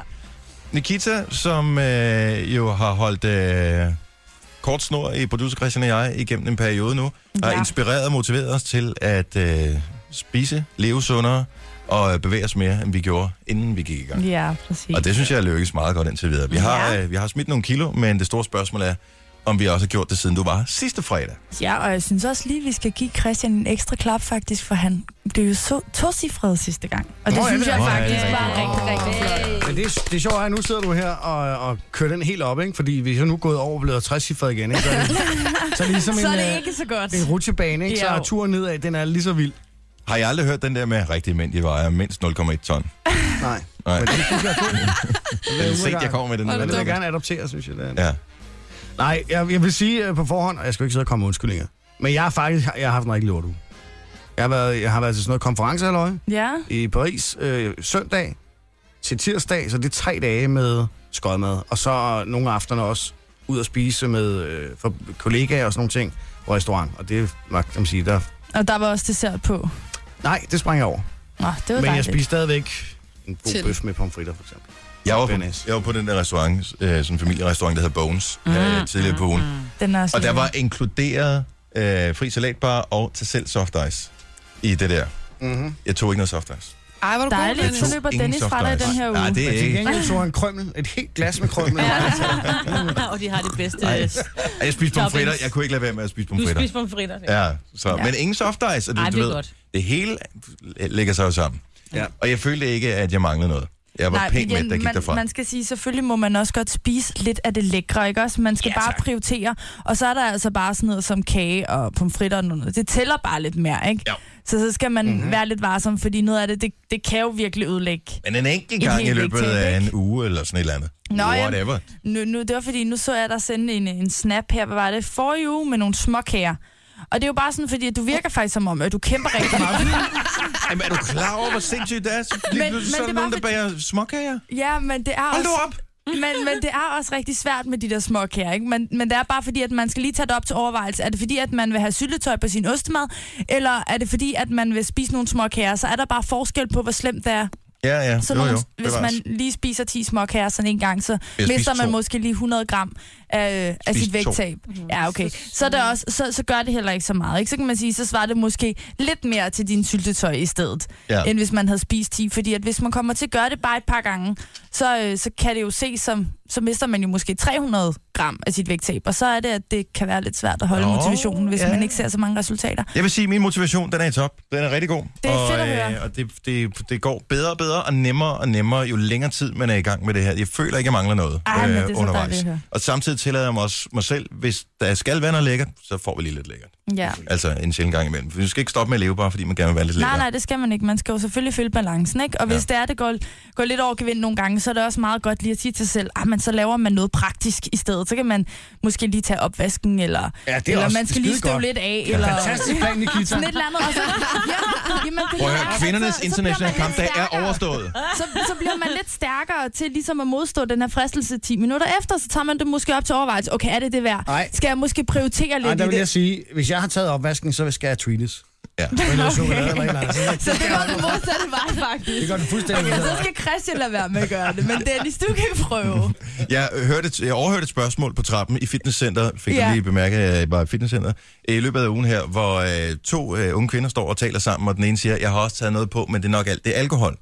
Nikita, som øh, jo har holdt øh, kort snor i producer Christian og jeg igennem en periode nu, har Ja. inspireret og motiveret os til at øh, spise, leve sundere og øh, bevæge os mere, end vi gjorde, inden vi gik i gang. Ja, præcis. Og det synes jeg er lykkes meget godt indtil videre. Vi har, Ja. øh, vi har smidt nogle kilo, men det store spørgsmål er, om vi også har gjort det, siden du var sidste fredag. Ja, og jeg synes også lige, vi skal give Christian en ekstra klap faktisk, for han blev jo så tocifret sidste gang. Og det Nå, Nå, er synes det jeg rigtigt? faktisk Nå. var rigtig, rigtig flot. Men det, er- det er sjovt, at nu sidder du her og, og kører den helt op, ikke? Fordi vi er så nu gået over og blevet 60 cifret igen, ikke? Så er det, så er det ligesom Så en, er øh, det ikke så godt. en rutsjebane, ikke? Så Jo. er turen nedad, den er lige så vild. Har I aldrig hørt den der med, rigtige mænd, de vejer mindst 0,1 ton? Nej. Nej. Men det synes jeg er god. Det er sent, jeg kommer med den. Hold Men det vil jeg der. gerne adoptere, synes jeg. Det er. Ja. Nej, jeg, jeg vil sige øh, på forhånd, og jeg skal jo ikke sidde og komme med undskyldninger, men jeg har faktisk jeg har haft en rigtig lort uge. Jeg har været, jeg har været til sådan noget konferencehaløje Ja, i Paris øh, søndag til tirsdag, så det er tre dage med skodmad, og så nogle aftener også ud at spise med øh, for kollegaer og sådan nogle ting på restaurant, og det var, kan man sige, der... og der var også dessert på. Nej, det springer jeg over. Nå, det var Men jeg dejligt. spiser stadigvæk en god Til. bøf med pomfritter, for eksempel. Jeg var, på, Venice. jeg var på den der restaurant, øh, sådan en familierestaurant, der hedder Bones, mm, Ah. øh, tidligere på ugen. Mm. Den er også Og der lækker. var inkluderet øh, fri salatbar og til selv soft ice i det der. Mm-hmm. Jeg tog ikke noget soft ice. Ej, hvor er du god, Dejligt, Jeg tog så Dennis. løber ingen Dennis soft fra dig ice. den her Nej, det uge. Men er til ikke. gengæld så jeg en krømmel, et helt glas med krømmel. og de har det bedste. Ej. Ej, Jeg spiste Toppings. pomfritter. Jeg kunne ikke lade være med at spise Du pomfritter. spiser pomfritter. Ja. Ja, så, ja. Men ingen soft ice. Og du, Ej, du det er ved, godt. det hele lægger sig jo sammen. Ja. Og jeg følte ikke, at jeg manglede noget. Jeg var Nej, pænt igen, mæt, der gik man, derfra. man skal sige, selvfølgelig må man også godt spise lidt af det lækre, ikke også? Man skal ja, bare prioritere. Og så er der altså bare sådan noget som kage og pomfritter og noget. Det tæller bare lidt mere, ikke? Ja. Så så skal man Mhm. mm-hmm. være lidt varsom, fordi noget af det, det, det kan jo virkelig ødelægge. Men en enkelt Et gang i helt løbet vægttab, af en ikke? uge eller sådan et eller andet. Nå, ja. Whatever. Nu, nu, det var fordi, nu så jeg dig sende en, en snap her, hvad var det, forrige uge med nogle småkager. Og det er jo bare sådan, fordi at du virker faktisk som om, at du kæmper rigtig meget. Jamen, er du klar over, hvor sindssygt det er? Så lige Men- pludselig men så er der det var nogen, der fordi- bager småkager. ja, men det er Hold også... nu op! men, men det er også rigtig svært med de der småkager, ikke? Men, men det er bare fordi, at man skal lige tage det op til overvejelse. Er det fordi, at man vil have syltetøj på sin ostemad? Eller er det fordi, at man vil spise nogle småkager? Så er der bare forskel på, hvor slemt det er. Ja, ja. Så jo, nogle, jo. hvis Bevares. man lige spiser 10 småkager sådan en gang, så Jeg spiste mister man to. måske lige 100 gram af, af Spiste sit vægttab. Ja, okay. Mhm. Så, er det også, så, så gør det heller ikke så meget. Ikke? Så kan man sige, så svarer det måske lidt mere til din syltetøj i stedet, Ja. ja. end hvis man havde spist 10. Fordi at hvis man kommer til at gøre det bare et par gange, så, øh, så kan det jo ses som, så mister man jo måske 300 gram af sit vægttab. Og så er det, at det kan være lidt svært at holde Nå, motivationen, hvis ja. man ikke ser så mange resultater. Jeg vil sige, at min motivation, den er i top. Den er rigtig god. Det er og, øh, fedt at høre. og det, det, det går bedre og bedre og nemmere og nemmere, jo længere tid man er i gang med det her. Jeg føler ikke, jeg mangler noget øh, Ej, men det er så dejligt at høre. Og samtidig tillader jeg mig også mig selv, hvis der skal være noget lækkert, så får vi lige lidt lækkert. Ja. Altså en sjældent gang imellem. For vi skal ikke stoppe med at leve, bare fordi man gerne vil være lidt lækker. Nej, nej, det skal man ikke. Man skal jo selvfølgelig følge balancen, ikke? Og hvis det er, det går, går lidt over gevind nogle gange, så er det også meget godt lige at sige til sig selv, ah, men så laver man noget praktisk i stedet. Så kan man måske lige tage opvasken, eller, Ja, det er eller også- man det skal er lige skide støve godt. lidt af, ja. eller Fantastisk plan, Nikita. sådan et eller andet. Og så, ja, jamen, Prøv det at er høre, rigtigt. Så- kvindernes så internationale bliver man kampdag lidt er stærkere. overstået. Så, så bliver man lidt stærkere til ligesom at modstå den her fristelse 10 minutter efter, så tager man det måske op til overvejelse. Okay, er det det værd? Ej. Skal jeg måske prioritere lidt Ej, der i vil det? jeg sige, hvis jeg har taget opvasken, så skal jeg tweetes. Ja. Med noget chokolade eller et eller andet. Så Så det går den modsatte vej, faktisk. Det gør den fuldstændig. Okay, så skal Christian lade være med at gøre det, men Dennis, du kan prøve. Jeg, hørte et, jeg overhørte et spørgsmål på trappen i fitnesscenteret, fik ja. Ja. jeg lige bemærket, at jeg var i fitnesscenteret, Øh, i løbet af ugen her, hvor øh, to øh, unge kvinder står og taler sammen, og den ene siger, jeg har også taget noget på, men det er nok alt, det er alkohol.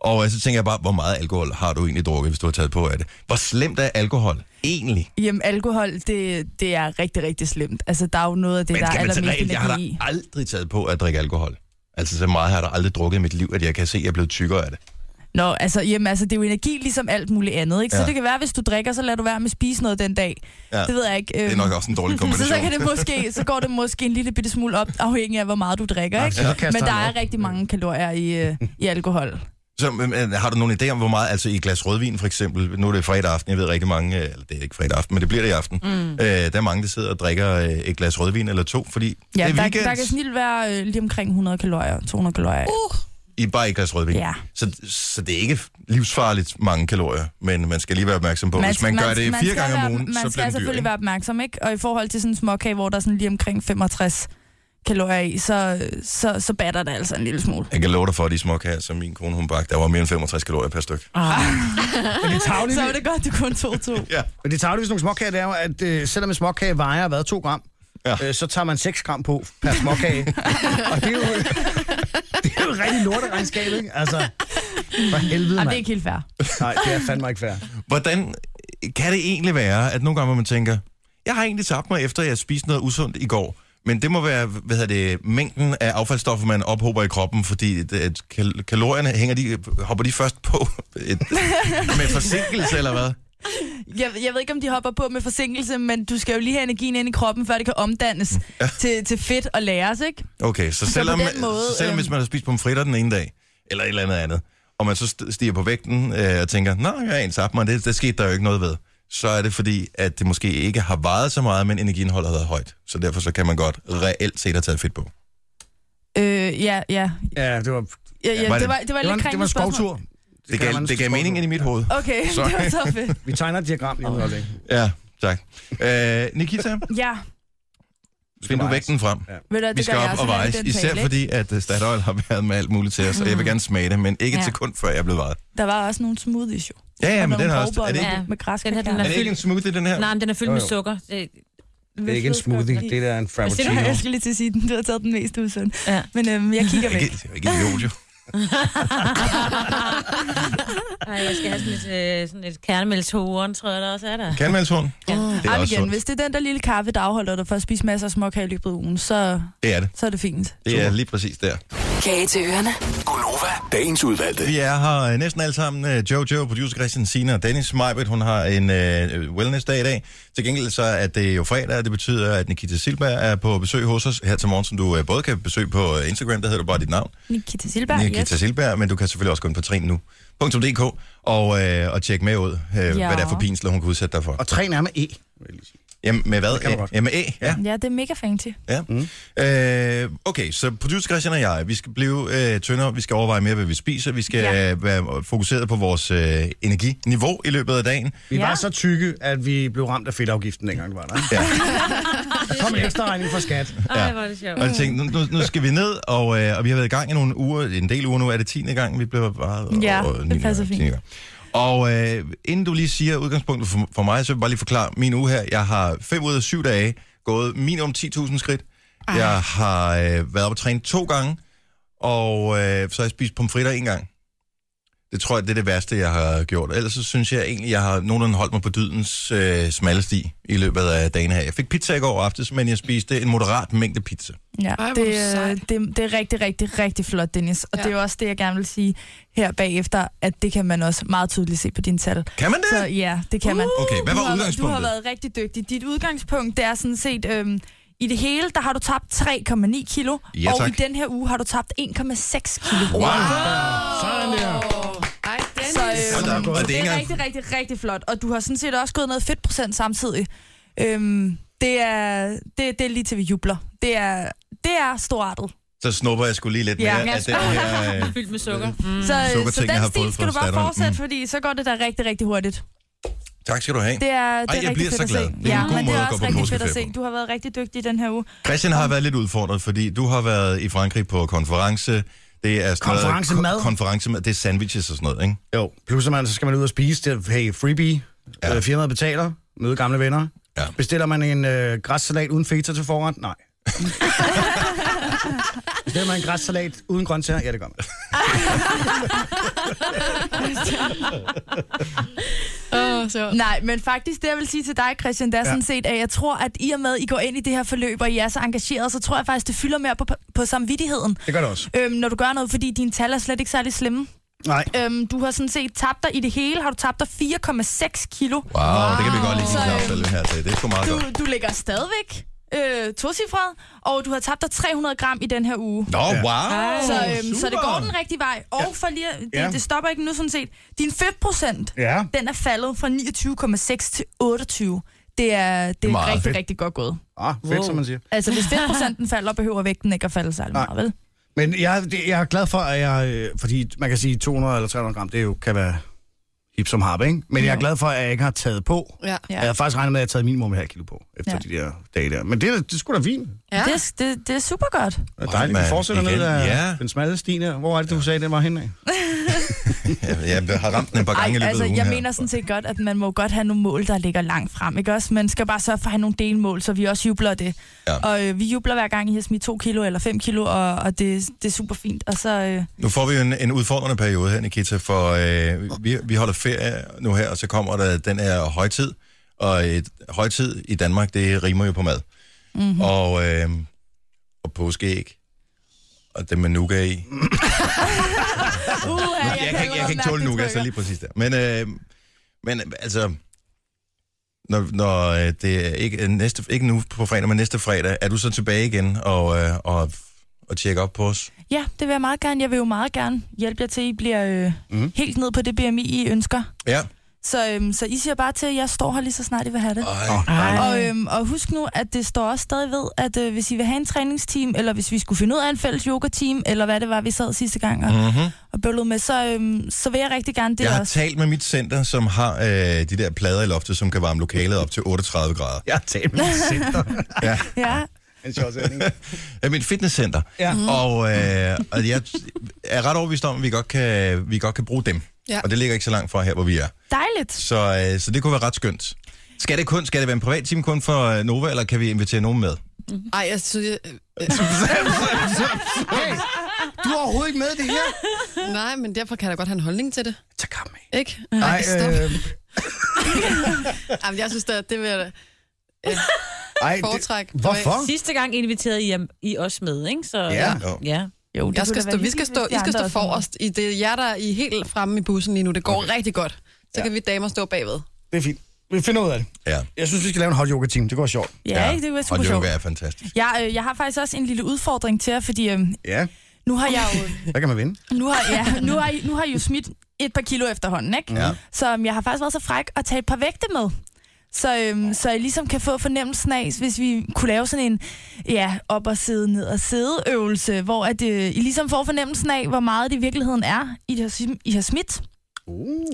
Og øh, så tænker jeg bare, hvor meget alkohol har du egentlig drukket, hvis du har taget på af det? Hvor slemt er alkohol egentlig? Jamen, alkohol, det, det er rigtig, rigtig slemt. Altså, der er jo noget af det, Men der er skal man tage allermest rent? Jeg har da energi i. aldrig taget på at drikke alkohol. Altså så meget har jeg da aldrig drukket i mit liv, at jeg kan se, at jeg er blevet tykkere af det. Nå, altså, jamen, altså, det er jo energi ligesom alt muligt andet, ikke? Så Ja. det kan være, hvis du drikker, så lader du være med at spise noget den dag. Ja. Det ved jeg ikke. øhm, Det er nok også en dårlig så, kombination. så, kan det måske, så går det måske en lille bitte smule op, afhængig af, hvor meget du drikker, ikke? så kaster Men der han er op. rigtig mange kalorier i, øh, i alkohol. Så men, øh, har du nogen idé om, hvor meget, altså i et glas rødvin for eksempel, nu er det fredag aften, jeg ved rigtig mange, øh, eller det er ikke fredag aften, men det bliver det i aften, mm. øh, der er mange, der sidder og drikker øh, et glas rødvin eller to, fordi Ja, det er der, weekend. der kan snit være øh, lige omkring 100 kalorier, 200 kalorier. Uh, I bare ikke glas rødvin. Ja. Så, så det er ikke livsfarligt mange kalorier, men man skal lige være opmærksom på, hvis man, gør det man fire skal gange være, om ugen, Man så skal bliver det dyrt. selvfølgelig ikke? være opmærksom, ikke? Og i forhold til sådan en småkage, hvor der er sådan lige omkring 65 kalorier i, så, så, så batter det altså en lille smule. Jeg kan love dig for, at de småkager, som min kone hun bagte, der var mere end 65 kalorier per styk. Men det tavlige, Ah, Så er det godt, du kun tog to. Ja. men det tavlige ved sådan nogle småkager, det er jo, at øh, selvom en småkage vejer hvad, 2 gram, Ja. øh, så tager man 6 gram på per småkage. og det er jo, det er jo et rigtig lorteregnskab, ikke? Altså, for helvede, Jamen, det er mand. ikke helt fair. Nej, det er fandme ikke fair. Hvordan kan det egentlig være, at nogle gange, hvor man tænker, jeg har egentlig tabt mig efter, at jeg spiste noget usundt i går, men det må være, hvad hedder det, mængden af affaldsstoffer, man ophober i kroppen, fordi det- at kal- kalorierne hænger de, hopper de først på et, med forsinkelse eller hvad? Jeg, jeg ved ikke, om de hopper på med forsinkelse, men du skal jo lige have energien ind i kroppen, før det kan omdannes Mm. ja. til, til fedt og læres, ikke? Okay, så på selvom, den måde, så selvom øhm, hvis man har spist pomfritter den ene dag, eller et eller andet andet, og man så st- stiger på vægten øh, og tænker, nej, jeg har en tabt mig, det, det skete der jo ikke noget ved, så er det fordi, at det måske ikke har vejet så meget, men energiindholdet har været højt. Så derfor så kan man godt reelt set have taget fedt på. Øh, ja, ja. Ja, det var, det ja, Var det- ja. Det var, det var var, en- lidt det var kringende en spørgsmål. skovtur. Det, kalder gav, man en det gav skovtur. mening ind i mit hoved. Okay, Sorry. det var så fedt. Vi tegner et diagram lige om et øjeblik. Ja, tak. Øh, Nikita, Ja, find du vejes. vægten frem. ved du, hvad, Vi det skal gør jeg op også og med vejes, den især tale, ikke? Mm. fordi, at øh, Statoil har været med alt muligt til os, og jeg vil gerne smage det, men ikke et Ja. sekund før jeg blev vejet. Der var også nogle smoothies jo. Ja, ja, men Og nogle den har også... Er det, rovboller ikke, ikke- Med græsk Den her, den er det ikke en smoothie, den her? Nej, men den er fyldt Jo, med jo. sukker. Det, Det er ikke en smoothie, det der er en det Det er var, frappuccino. jeg skulle lige til at sige, den. du har taget den mest usund. Ja. Men øhm, jeg kigger Jeg er væk. ikke, jeg er ikke idiot, jo. Ej, jeg skal have sådan et, øh, sådan et kernemælshorn, tror jeg, der også er der. Kan man sundt? Ja. Det er Ej, men også igen, sundt. hvis det er den der lille kaffe, der afholder dig for at spise masser af småkage i løbet af ugen, så, Det er det. så er det fint. Det er lige præcis der. Kage til ørerne. Gunova, dagens udvalgte. Vi er her øh, næsten alle sammen. Øh, Jojo, producer Christian Sina og Dennis Majbet, hun har en øh, wellness-dag i dag. Til gengæld så er det jo fredag, og det betyder, at Nikita Silberg er på besøg hos os her til morgen, som du øh, både kan besøge på øh, Instagram, der hedder du bare dit navn, Nikita Silberg, Nikita Silberg, men du kan selvfølgelig også gå ind på trinnu.dk og, øh, og tjekke med ud, øh, hvad det er for pinsler, hun kan udsætte dig for. Og træn er med E. Jamen med kan man hvad? godt. Jamen med E, ja. Ja, det er mega fancy. Ja. Mm. Øh, okay, så producer Christian og jeg, vi skal blive øh, tyndere, vi skal overveje mere, hvad vi spiser, vi skal ja. Ja. øh, være fokuseret på vores øh, energiniveau i løbet af dagen. Vi Ja. var så tykke, at vi blev ramt af fedtafgiften dengang, vi var der. Ja. Der kom en ekstra regning fra skat. Ej, hvor er det sjovt. Og jeg tænkte, nu, nu skal vi ned, og, øh, og vi har været i gang i nogle uger, en del uger nu, er det 10. gang, vi bliver bare... Ja, og, det niende passer gang, fint. tiende gang. Og øh, inden du lige siger udgangspunktet for, for mig, så vil jeg bare lige forklare min uge her. Jeg har 5 ud af 7 dage gået minimum 10.000 skridt. Ej. Jeg har øh, været op og træne to gange, og øh, så har jeg spist pomfritter en gang. Det tror jeg, det er det værste, jeg har gjort. Ellers så synes jeg egentlig, jeg har nogenlunde holdt mig på dydens øh, smalle sti i løbet af dagen her. Jeg fik pizza i går aftes, men jeg spiste en moderat mængde pizza. Ja, Ej, hvor det, er du sej. øh, det, det er rigtig, rigtig, rigtig flot, Dennis. Og Ja. ja. det er jo også det, jeg gerne vil sige her bagefter, at det kan man også meget tydeligt se på dine tal. Kan man det? Så ja, det kan man. Okay, hvad Du var har- Du har udgangspunktet? været rigtig dygtig. Dit udgangspunkt, det er sådan set... Øhm, i det hele, der har du tabt 3,9 kilo, Ja, og tak. i den her uge har du tabt 1,6 kilo. Wow! Sådan der. Ej, Dennis. Så, øhm, Hold da op, og det er det ikke er engang- rigtig, rigtig, rigtig flot. Og du har sådan set også gået noget fedtprocent samtidig. Øhm, det, er, det, det er lige til vi jubler. Det er, det er storartet. Mm. Så snupper jeg skulle lige lidt Ja. mere af den her... Øh, Fyldt med sukker. Mm. Så, så Sukkerting, jeg har den fået stil skal fra du bare datteren. fortsætte, Mm. mm. fordi så går det da rigtig, rigtig hurtigt. tak skal du have. Det er, det er jeg rigtig bliver fedt så at glad. se. Det er en ja, god men måde det at er gå også på rigtig fedt påskeferie at på. se. Du har været rigtig dygtig i den her uge. Christian har været lidt udfordret, fordi du har været i Frankrig på konference. Det er sådan noget- Konferencemad. Ko- konferencemad. Det er sandwiches og sådan noget, ikke? Jo, plus at man, så skal man ud og spise til, hey, freebie, Ja. ja. øh, firmaet betaler, møde gamle venner. Ja. Bestiller man en øh, græssalat uden feta til forret? Nej. Bestiller man en græssalat uden grøntsager? Ja, det gør man. Åh, sjovt. Nej, men faktisk det, jeg vil sige til dig, Christian, det er ja. sådan set, at jeg tror, at i og med, at I går ind i det her forløb, og I er så engageret, så tror jeg faktisk, det fylder mere på, på samvittigheden, Det gør det også. øhm, når du gør noget, fordi dine tal er slet ikke særlig slemme. Nej. Øhm, du har sådan set tabt dig i det hele, har du tabt dig 4,6 kilo. Wow, wow. det kan vi godt lige Så, sige øh, knap den her dag. Det er sgu meget godt. Du, du ligger stadigvæk øh, tocifret, og du har tabt dig 300 gram i den her uge. Nå, wow! Så, øhm, så det super. går den rigtige vej. Og for lige, at- det, Ja. ja. det stopper ikke nu sådan set. Din 5 procent, Ja. den er faldet fra 29,6 til 28. Det er, det er Meget rigtig, fedt. rigtig godt gået. Ah, fedt, wow. som man siger. Altså, hvis 5 procenten falder, behøver vægten ikke at falde særlig Nej. meget, vel? Men jeg, det, jeg er glad for, at jeg... øh, Fordi man kan sige, 200 eller 300 gram, det jo kan være hip som harpe, ikke? Men jeg er glad for, at jeg ikke har taget på. Ja. Ja. Ja. Jeg havde faktisk regnet med, at jeg havde taget minimum et halvt kilo på, efter Ja. ja. de der dage der. Men det, er- det er sgu da fint. Ja. Det, er- det, det er super godt. Det er Ej, dejligt, at mand, vi fortsætter igen. ned af Ja. den smalle sti der. Hvor er det, du sagde, den var henad? Ja, jeg har ramt den et par gange i løbet af altså, ugen jeg her. mener sådan set godt, at man må godt have nogle mål, der ligger langt frem, ikke også? Man skal bare sørge for at have nogle delmål, så vi også jubler af det. Ja. Og øh, vi jubler hver gang, I har smidt to kilo eller fem kilo, og, og det, det er super fint. Og så, øh, Nu får vi jo en, en udfordrende periode her, Nikita, for øh, vi, vi holder ferie nu her, og så kommer der den her højtid. Og et, højtid i Danmark, det rimer jo på mad. Mm-hmm. Og, øh, og påskeæg. Og det med nougat i. uh, jeg, jeg, kan, ikke- jeg kan ikke tåle nougat, så lige præcis der. Men, øh, men altså, når, når øh, det er ikke, næste, ikke nu på fredag, men næste fredag, er du så tilbage igen og, øh, og, og tjekke op på os? Ja, det vil jeg meget gerne. Jeg vil jo meget gerne hjælpe jer til, at I bliver øh, Mhm. mm. helt ned på det BMI, I ønsker. Ja. Så, øhm, så I siger bare til, at jeg står her lige så snart, I vil have det. Ej. Og, øhm, og husk nu, at det står også stadig ved, at øh, hvis I vil have en træningsteam, eller hvis vi skulle finde ud af en fælles yoga-team, eller hvad det var, vi sad sidste gang og, mm-hmm. og bøvlede med, så, øhm, så vil jeg rigtig gerne det jeg har også. talt med mit center, som har øh, de der plader i loftet, som kan varme lokalet op til 38 grader. Jeg har talt med center. Ja. Ja, en sjov sætning. ja. Øh, Mit fitnesscenter. Ja. Mhm. Og, øh, og jeg er ret overbevist om, at vi godt kan, vi godt kan bruge dem. Ja. Og det ligger ikke så langt fra her, hvor vi er. dejligt. Så, øh, så det kunne være ret skønt. Skal det, kun, skal det være en privat time kun for øh, Nova, eller kan vi invitere nogen med? Ej, jeg synes... øh, øh, Hey, du er overhovedet ikke med i det her. Nej, men derfor kan jeg da godt have en holdning til det. Tag kampen af. Ikke? Nej, stop. øh, Jamen, jeg synes da, det vil jeg da ej, det, foretrække. hvorfor? Sidste gang inviterede I, I os med, ikke? Så, Ja. Jo. ja. Jo, det Jeg kunne skal da stå, være vi skal hyggeligt, stå, I hvis de skal andre stå også var med. forrest. I det er jer, der er- I er helt fremme i bussen lige nu. Det går okay. rigtig godt. Så ja. kan vi damer stå bagved. det er fint. Vi finder ud af det. Ja. Jeg synes, vi skal lave en hot yoga team. Det går sjovt. Ja, ikke? det kunne være super Og det sjovt. vil være fantastisk. Jeg, øh, jeg har faktisk også en lille udfordring til jer, fordi øh, Ja, nu har jeg jo... der kan man vinde. Nu har, ja, nu har, I, nu har I jo smidt et par kilo efterhånden, ikke? Ja. Så øhm, jeg har faktisk været så fræk at tage et par vægte med. Så, øhm, så I ligesom kan få fornemmelsen af, hvis vi kunne lave sådan en ja, op og sidde, ned og sidde øvelse, hvor at, øh, I ligesom får fornemmelsen af, hvor meget det i virkeligheden er, I har, sim- I har smidt.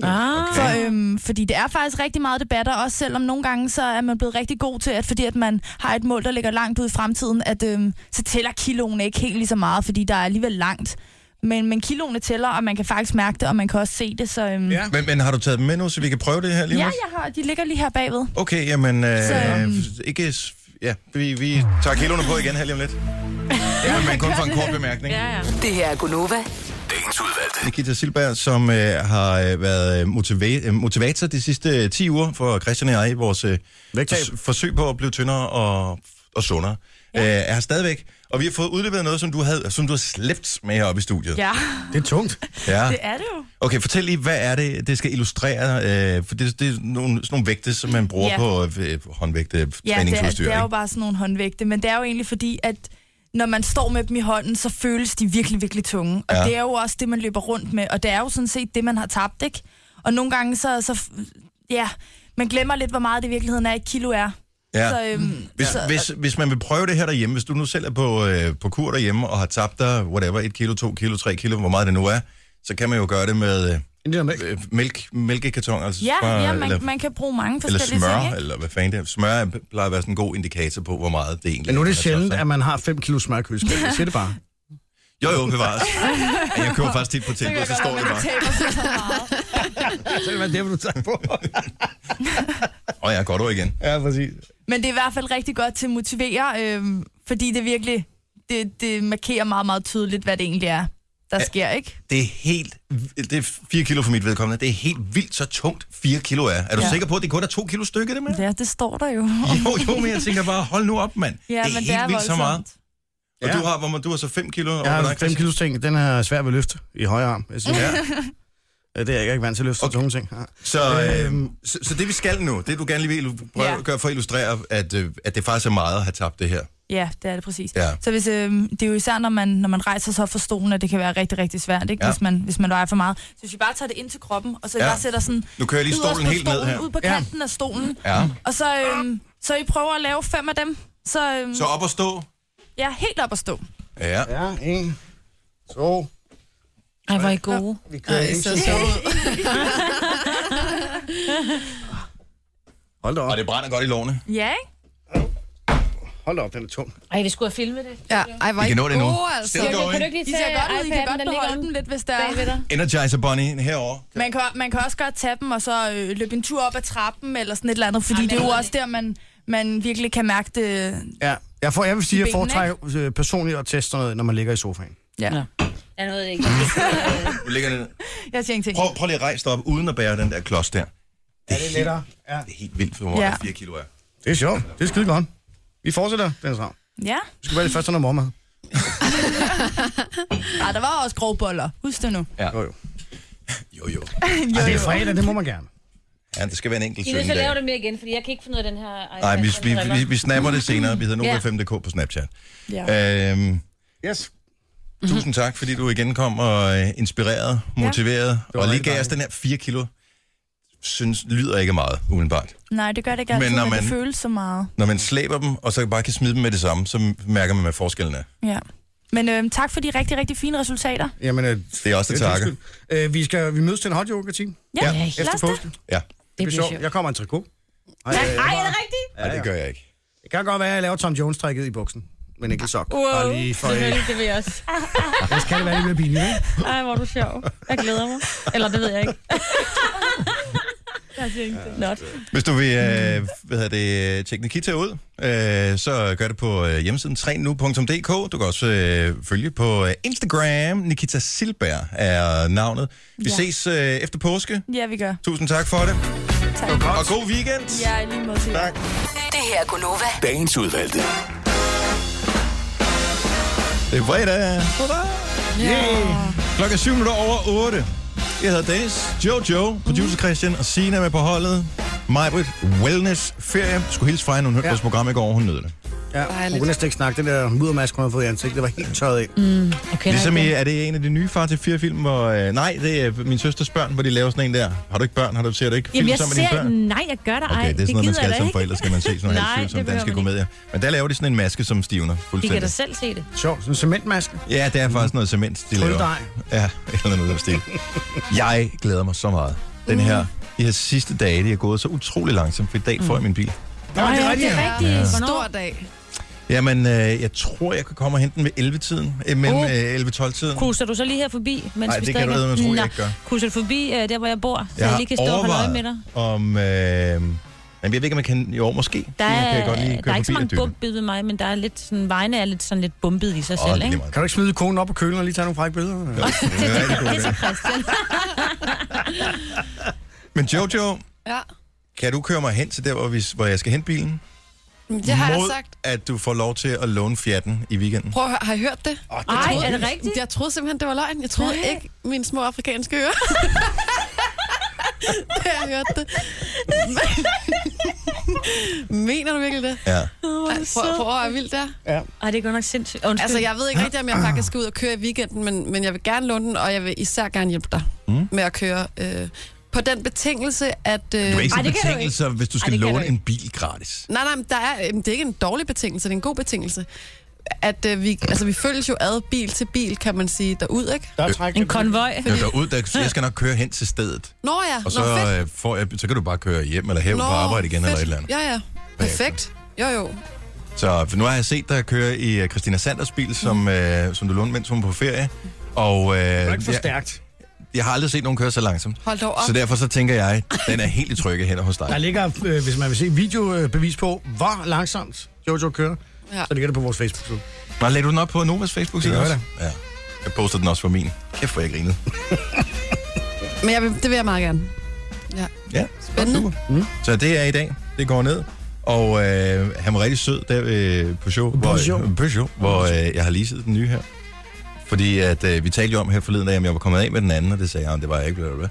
Ah, Så, øhm, fordi det er faktisk rigtig meget debatter, også selvom nogle gange så er man blevet rigtig god til, at fordi at man har et mål, der ligger langt ud i fremtiden, at øhm, så tæller kiloene ikke helt lige så meget, fordi der er alligevel langt. Men, men kiloene tæller, og man kan faktisk mærke det, og man kan også se det. Så, øhm, ja. Men, men har du taget dem med nu, så vi kan prøve det her lige ja, nu? jeg har, de ligger lige her bagved. Okay, jamen... Øh, Så- ikke... s- Ja, vi, vi tager kiloene på igen her lige om lidt. Ja, men kun for en kort bemærkning. ja, ja. Det her er Gunova. Dagens udvalgte. Nikita Silberg, som øh, har øh, været øh, motiva- øh, motivator de sidste øh, 10 uger for Christian og jeg i vores øh, Vægttab. s- forsøg på at blive tyndere og, og sundere, ja. øh, er her stadigvæk. Og vi har fået udleveret noget, som du, havde, som du har slæbt med heroppe i studiet. Ja, Det er tungt. ja. det er det jo. Okay, fortæl lige, hvad er det, det skal illustrere? Øh, for det, det er nogle, sådan nogle vægte, som man bruger Ja. på øh, håndvægte Ja, det er, træningsudstyr. det er jo ikke? bare sådan nogle håndvægte, men det er jo egentlig fordi, at når man står med dem i hånden, så føles de virkelig, virkelig tunge. Og Ja. ja. det er jo også det, man løber rundt med, og det er jo sådan set det, man har tabt, ikke? Og nogle gange så, så ja, man glemmer lidt, hvor meget det i virkeligheden er, et kilo er. Ja. Mm. Så, øhm, Hvis, så, hvis, hvis man vil prøve det her derhjemme, hvis du nu selv er på, øh, på kur derhjemme og har tabt dig, whatever, 1 kilo, 2 kilo, 3 kilo, hvor meget det nu er, så kan man jo gøre det med øh, En lille mælk. øh, mælk, mælkekarton, altså ja, smør, ja eller, man, man kan bruge mange eller forskellige smør, ting, ikke? eller hvad fanden det er. Smør er- plejer at være sådan en god indikator på, hvor meget det egentlig Men nu er det man har sjældent, tabt at man har 5 kilo smør i køleskabet. Jeg siger det bare. sig. Jo, jo, bevares. Ja, jeg køber faktisk tit på tilbud, så står det bare. Så er det, du tager på. Og jeg går du igen. ja, præcis. Men det er i hvert fald rigtig godt til at motivere, øhm, fordi det virkelig, det, det markerer meget, meget tydeligt, hvad det egentlig er, der Ja. sker, ikke? Det er helt, det er 4 kilo for mit vedkommende. Det er helt vildt så tungt 4 kilo er. Er du ja. Ja. sikker på, at det kun er 2 kilo stykke, det med? Ja, det står der jo. Jo, jo, men jeg tænker bare, hold nu op, mand. Ja, det er men helt det er vildt så voldsomt. meget. Og Ja. du har, hvor man, du har så 5 kilo? Jeg over har dig, 5 Christian. kilo ting. Den er svær ved løft i højre arm. Jeg siger. Ja. Ja, det er jeg ikke vant til at løfte Okay. okay. tunge ting. Ja. Så, øh, så, så det vi skal nu, det du gerne lige vil prøve Ja. at gøre for at illustrere, at, øh, at det faktisk er meget at have tabt det her. Ja, det er det præcis. Ja. Så hvis, øh, det er jo især, når man, når man rejser sig op for stolen, at det kan være rigtig, rigtig svært, ikke? Ja. Ja. Hvis, man, hvis man vejer for meget. Så hvis vi bare tager det ind til kroppen, og så Ja. ja. bare sætter sådan... Nu kører jeg lige yderst stolen på helt ned her. Ud på Ja. kanten ja. af stolen. Ja. Og så, øh, så I prøver at lave fem af dem. Så, øh, Så op og stå. ja, helt op at stå. Ja. Ja, en. Så, Ej, hvor er I gode. vi kører Nej, ind I ser til- sjov ud. Hold da op, Og det brænder godt i lårene. Ja, ikke? hold da op, den er tung. Ej, vi skulle have filmet det. Ja, ej, var Vi kan nå det nu. gode, altså. Still going. ikke lige De ser godt ud. I kan godt beholde dem lidt, hvis der er. dig? Energizer Bunny herovre. Man kan, man kan også godt tage dem og så øh, løbe en tur op ad trappen eller sådan et eller andet, fordi det er jo også der, man, man virkelig kan mærke det. Ja, jeg, får, jeg vil sige, at jeg benene, foretrækker øh, personligt at teste sådan noget, når man ligger i sofaen. Ja. Jeg nåede det ikke. Du ligger ned. Jeg siger ingenting. Prøv, prøv lige at rejse dig op, uden at bære den der klods der. Er det lettere? Ja. Det er helt vildt, for hvor ja. Ja. 4 kilo er. Det er sjovt. Det er skide godt. Vi fortsætter, Dennis Ravn. Ja. Du skal være det første, når mormor. Ej, Ah, der var også grovboller. Husk det nu. Jo, jo. Jo, jo. Ej, det er fredag, det må man gerne. Ja, det skal være en enkelt I vil så søndag. lave det mere igen, fordi jeg kan ikke finde ud af den her... iPad, Nej, vi, Altså, der vi, driller. vi, vi snapper det senere. Vi hedder Nova Ja. 5.dk på Snapchat. Ja. Mhm. Øhm, Yes. tusind tak, fordi du igen kom og øh, inspireret, motiveret, var og lige rigtig gav os dejligt. den her 4 kilo. Synes, lyder ikke af meget, umiddelbart. Nej, det gør det ikke Men altid, når men, man... man- det føles så meget. Når man slæber dem, og så bare kan smide dem med det samme, så mærker man, hvad forskellen er. Ja. Men øhm, tak for de rigtig, rigtig fine resultater. Jamen, øh, Det er også det takke. Øh, vi, skal, vi mødes til en hot yoga team Ja, Ja. ja. Ej, lad efter os det. påske. Det Ja, det bliver sjovt. Jeg kommer i en trikot. Ej, øh, Ej, er det rigtigt? ja, det gør jeg ikke. det kan godt være, at jeg laver Tom Jones-trækket i buksen. Men ikke i sok. Wow. Bare lige for, øh, Selvfølgelig, det vil jeg også. ellers kan det være lidt mere pinligt, ikke? Ej, hvor er du sjov. Jeg glæder mig. Eller det ved jeg ikke. jeg siger ingenting. Not. Hvis du vil øh, hvad hedder det, tjekke Nikita ud, øh, så gør det på øh, hjemmesiden 3nu.dk. Du kan også øh, følge på øh, Instagram. Nikita Silberg er navnet. Vi ja. Ja. ses øh, efter påske. Ja, vi gør. Tusind tak for det. Tak. Og god weekend. Ja, i lige måde til. jer. Tak. Det her er Gunova. Dagens udvalgte. Det er fredag. Yeah. Klokken er syv minutter over 8. Jeg hedder Dennis, Jojo, Mhm. producer Christian og Sina er med på holdet. Majbrit, wellness, ferie. Skulle hilse fra hende, hun hørte Ja. vores program i går, hun nød det. Ja, Dejligt. hun kunne næsten ikke snakke. Den der muddermask, hun har fået i ansigtet, det var helt tørret af. Okay, Ligesom i, er det en af de nye Far til fire film, hvor... Øh, nej, det er min søsters børn, hvor de laver sådan en der. Har du ikke børn? Har du, ser du ikke film Jamen, jeg sammen med dine ser... børn? Nej, jeg gør dig ej. Okay, det er sådan noget, man gider jeg skal da som ikke. forældre, skal man se sådan noget Nej, halvsygt som det danske behøver man komedier. Men der laver de sådan en maske, som stivner De kan da fuldstændig. selv se det. Sjovt, sådan en cementmaske. Ja, det er faktisk noget cement, de laver. Tryldej. Ja, et eller noget af den stil. Jeg glæder mig så meget. Den Mm. her, de her sidste dage, de er gået så utrolig langsomt, for i dag får jeg min bil. Nå, det er det rigtigt. er rigtigt. Ja. Hvornår? Stor dag. Jamen, øh, jeg tror, jeg kan komme og hente den ved 11-tiden. Øh, mellem Oh. øh, 11-12-tiden. Kuser du så lige her forbi, mens Ej, vi det kan strikker? du eddermame tro, jeg Nå. ikke gør. Kuser du forbi øh, der, hvor jeg bor, så Jeg jeg, har lige kan stå og holde øje med dig? om... Øh, jamen, jeg ved ikke, om jeg kan... Jo, måske. Der Nu kan er, jeg godt lige der køre er ikke så forbi mange bumpet ved mig, men der er lidt sådan, vejene er lidt, sådan lidt bumpet i sig Åh, selv, det er ikke? lige meget. Kan du ikke smide konen op på kølen og lige tage nogle frække billeder? Ja. Det er en rigtig god Det er til idé. Christian. Men Jojo, Ja. kan du køre mig hen til der, hvor, vi, hvor jeg skal hente bilen? Men Det har jeg Mod, sagt. at du får lov til at låne fjatten i weekenden. Prøv at høre, har I hørt det? Ej, er det rigtigt? Jeg troede simpelthen, det var løgn. Jeg troede Nej. ikke, mine små afrikanske ører. Da jeg hørte det. Mener du virkelig det? Ja. Ej, prøv, prøv, hvor er vildt der. Ej, det er godt nok sindssygt. Undskyld. Altså, jeg ved ikke rigtig, om jeg faktisk skal ud og køre i weekenden, men, men jeg vil gerne låne den, og jeg vil især gerne hjælpe dig mm. med at køre. Øh, på den betingelse, at... Øh, Du er ikke Ej, sådan det kan du betingelser, hvis du skal Ej, det kan du låne ikke. en bil gratis. Nej, nej, men der er, øhm, det er ikke en dårlig betingelse, det er en god betingelse. At øh, vi, altså, vi følges jo ad bil til bil, kan man sige, derud, ikke? Der er træk. En konvoj. Jo, derud, der, jeg skal nok køre hen til stedet, Nå ja, og så, Nå, fedt. øh, får jeg, så kan du bare køre hjem eller hæve på arbejde igen eller et eller andet. Ja, ja. Perfekt. Jo, jo. Så for nu har jeg set dig køre i øh, Christina Sanders bil, som, øh, som du lånte, mens hun var på ferie. Og øh, Det er ikke for jeg, stærkt. jeg har aldrig set nogen køre så langsomt. Hold dog op. Så derfor så tænker jeg, den er helt i trygge hænder hos Der dig. ligger, øh, hvis man vil se videobevis på, hvor langsomt Jojo kører, Ja. ja. så ligger det på vores Facebook-side. Nå, lagde du den op på Novas Facebook-side Det gør også? Ja. Jeg poster den også for min. Kæft, hvor jeg grinede. Men jeg vil, det vil jeg meget gerne. Ja. Ja, Spændende. super. Så det er i dag. Det går ned. Og øh, han var rigtig sød der øh, på show, hvor, Peugeot. Peugeot, hvor øh, jeg har leaset den nye her. Fordi at, øh, vi talte jo om her forleden dag, om jeg var kommet af med den anden, og det sagde jeg, "Jamen, det var jeg ikke. Bla, bla, bla.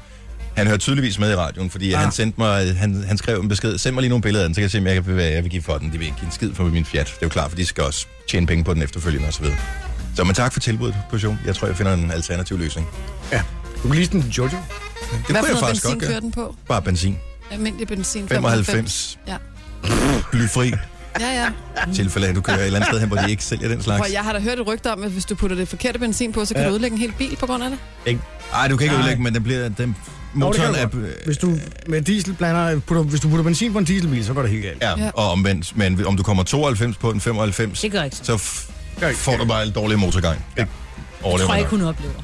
Han hører tydeligvis med i radioen, fordi ah. Ah. han, sendte mig, han, han skrev en besked, send mig lige nogle billeder af den, så kan jeg se, om jeg, kan, hvad jeg vil give for den. De vil ikke give en skid for min fjat. Det er jo klart, for de skal også tjene penge på den efterfølgende osv. Så men tak for tilbuddet, Peugeot. Jeg tror, jeg finder en alternativ løsning. Ja. Du kan lide den Jojo. Det Hvad kunne for jeg noget faktisk benzin godt kører gøre. den på? Bare benzin. Almindelig benzin. 95. Ja. blyfri. Ja, ja. tilfælde af, at du kører et eller andet sted hen, hvor de ikke sælger den slags. Prøv, jeg har da hørt et rygte om, at hvis du putter det forkerte benzin på, så kan ja. du ødelægge en hel bil på grund af det. Nej, du kan ikke Nej. ødelægge, men den bliver... Den, Nå, det motoren kan er... du godt. Hvis du med diesel blander, putter, hvis du putter benzin på en dieselbil, så går det helt galt. Ja, Ja. ja, og omvendt. Men om du kommer 92 på en 95, Det gør ikke. så f- Gør ikke. får du bare en dårlig motorgang. Ja. Det Jeg overlever tror man ikke, nok. hun oplever.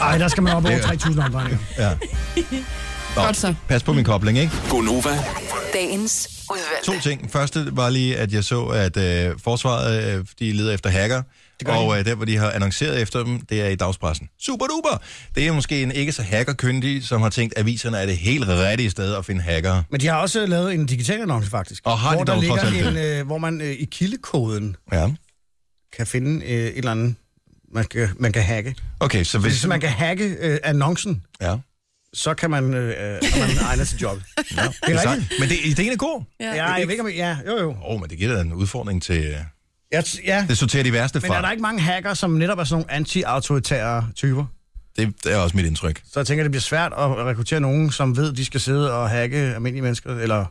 Ej, der skal man op over 3.000 omdrejninger. Ja. Nå, Godt så. Pas på min kobling, ikke? Gonova, Dagens To udvalgte. ting. Første var lige, at jeg så, at øh, forsvaret øh, de leder efter hacker, og øh, der, hvor de har annonceret efter dem, det er i dagspressen. Super duper! Det er måske en ikke så hackerkyndig, som har tænkt, at aviserne er det helt rigtige sted at finde hackere. Men de har også lavet en digital annonce, faktisk. Og har de hvor dog der trods ligger alt en, øh, Hvor man øh, i kildekoden Ja. kan finde øh, et eller andet, man kan, man kan hacke. Okay, så hvis... Hvis man kan hacke øh, annoncen, Ja. så kan man, øh, øh, og man egner til job. Ja, det er rigtigt. sejt. Men det, ideen er god. Ja. Ja, jeg ved ikke om... Ja, jo, jo. Åh, oh, men det giver da en udfordring til... øh, Jeg, t- ja. Det sorterer de værste Men fra. er der ikke mange hacker, som netop er sådan nogle anti-autoritære typer? det, det er også mit indtryk. Så jeg tænker, det bliver svært at rekruttere nogen, som ved, de skal sidde og hacke almindelige mennesker, eller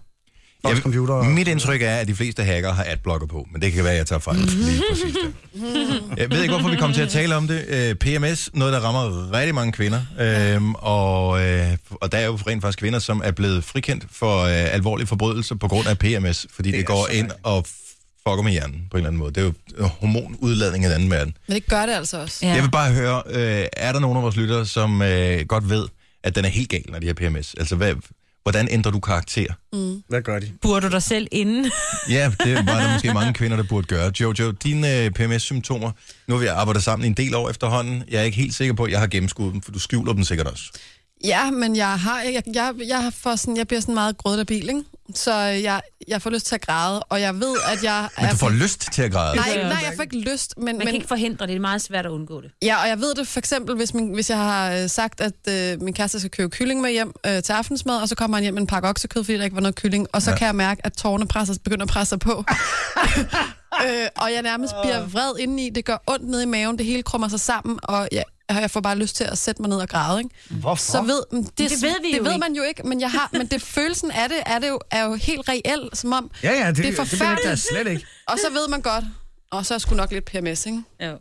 folks computere. Mit indtryk er, at de fleste hacker har adblocker på, men det kan være, at jeg tager fejl. Lige præcis der. jeg ved ikke, hvorfor vi kom til at tale om det. Øh, PMS, noget, der rammer rigtig mange kvinder. Øhm, og, øh, og der er jo rent faktisk kvinder, som er blevet frikendt for øh, alvorlige forbrydelser på grund af PMS, fordi det, Det det er går så ind og fucker med hjernen på en eller anden måde. Det er jo hormonudladning af den anden verden. Men det gør det altså også. Ja. Ja. Jeg vil bare høre, øh, er der nogen af vores lyttere, som øh, godt ved, at den er helt gal, når de har PMS? Altså, hvad, hvordan ændrer du karakter? Mm. Hvad gør de? Burde du dig selv inden? Ja, det var der måske mange kvinder, der burde gøre. Jojo, dine øh, PMS-symptomer, nu har vi arbejdet sammen i en del år efterhånden. Jeg er ikke helt sikker på, at jeg har gennemskuddet dem, for du skjuler dem sikkert også. ja, men jeg har jeg, jeg, jeg, får sådan, jeg bliver sådan meget grødet af bil, ikke? Så øh, jeg, jeg får lyst til at græde, og jeg ved, at jeg... Men er- du får lyst til at græde. Nej, nej, jeg får ikke lyst, men, Man kan men ikke forhindre det. Det er meget svært at undgå det. Ja, og jeg ved det for eksempel, hvis, min, hvis jeg har øh, sagt, at øh, min kæreste skal købe kylling med hjem øh, til aftensmad, og så kommer han hjem med en pakke oksekød, fordi der ikke var noget kylling, og så ja. kan jeg mærke, at tårerne presser, begynder at presse sig på. øh, og jeg nærmest bliver vred indeni, det gør ondt nede i maven, det hele krummer sig sammen, og jeg, jeg får bare lyst til at sætte mig ned og græde. Ikke? Hvorfor? Så ved, men det, det ved vi det jo ved ikke. man jo ikke, men, jeg har, men det, følelsen af det, er, det jo, er jo helt reel, som om, Ja, ja, det, Det er Det forfærdeligt. benægter jeg slet ikke. og så ved man godt, og så er sgu nok lidt PMS, ikke? Jo.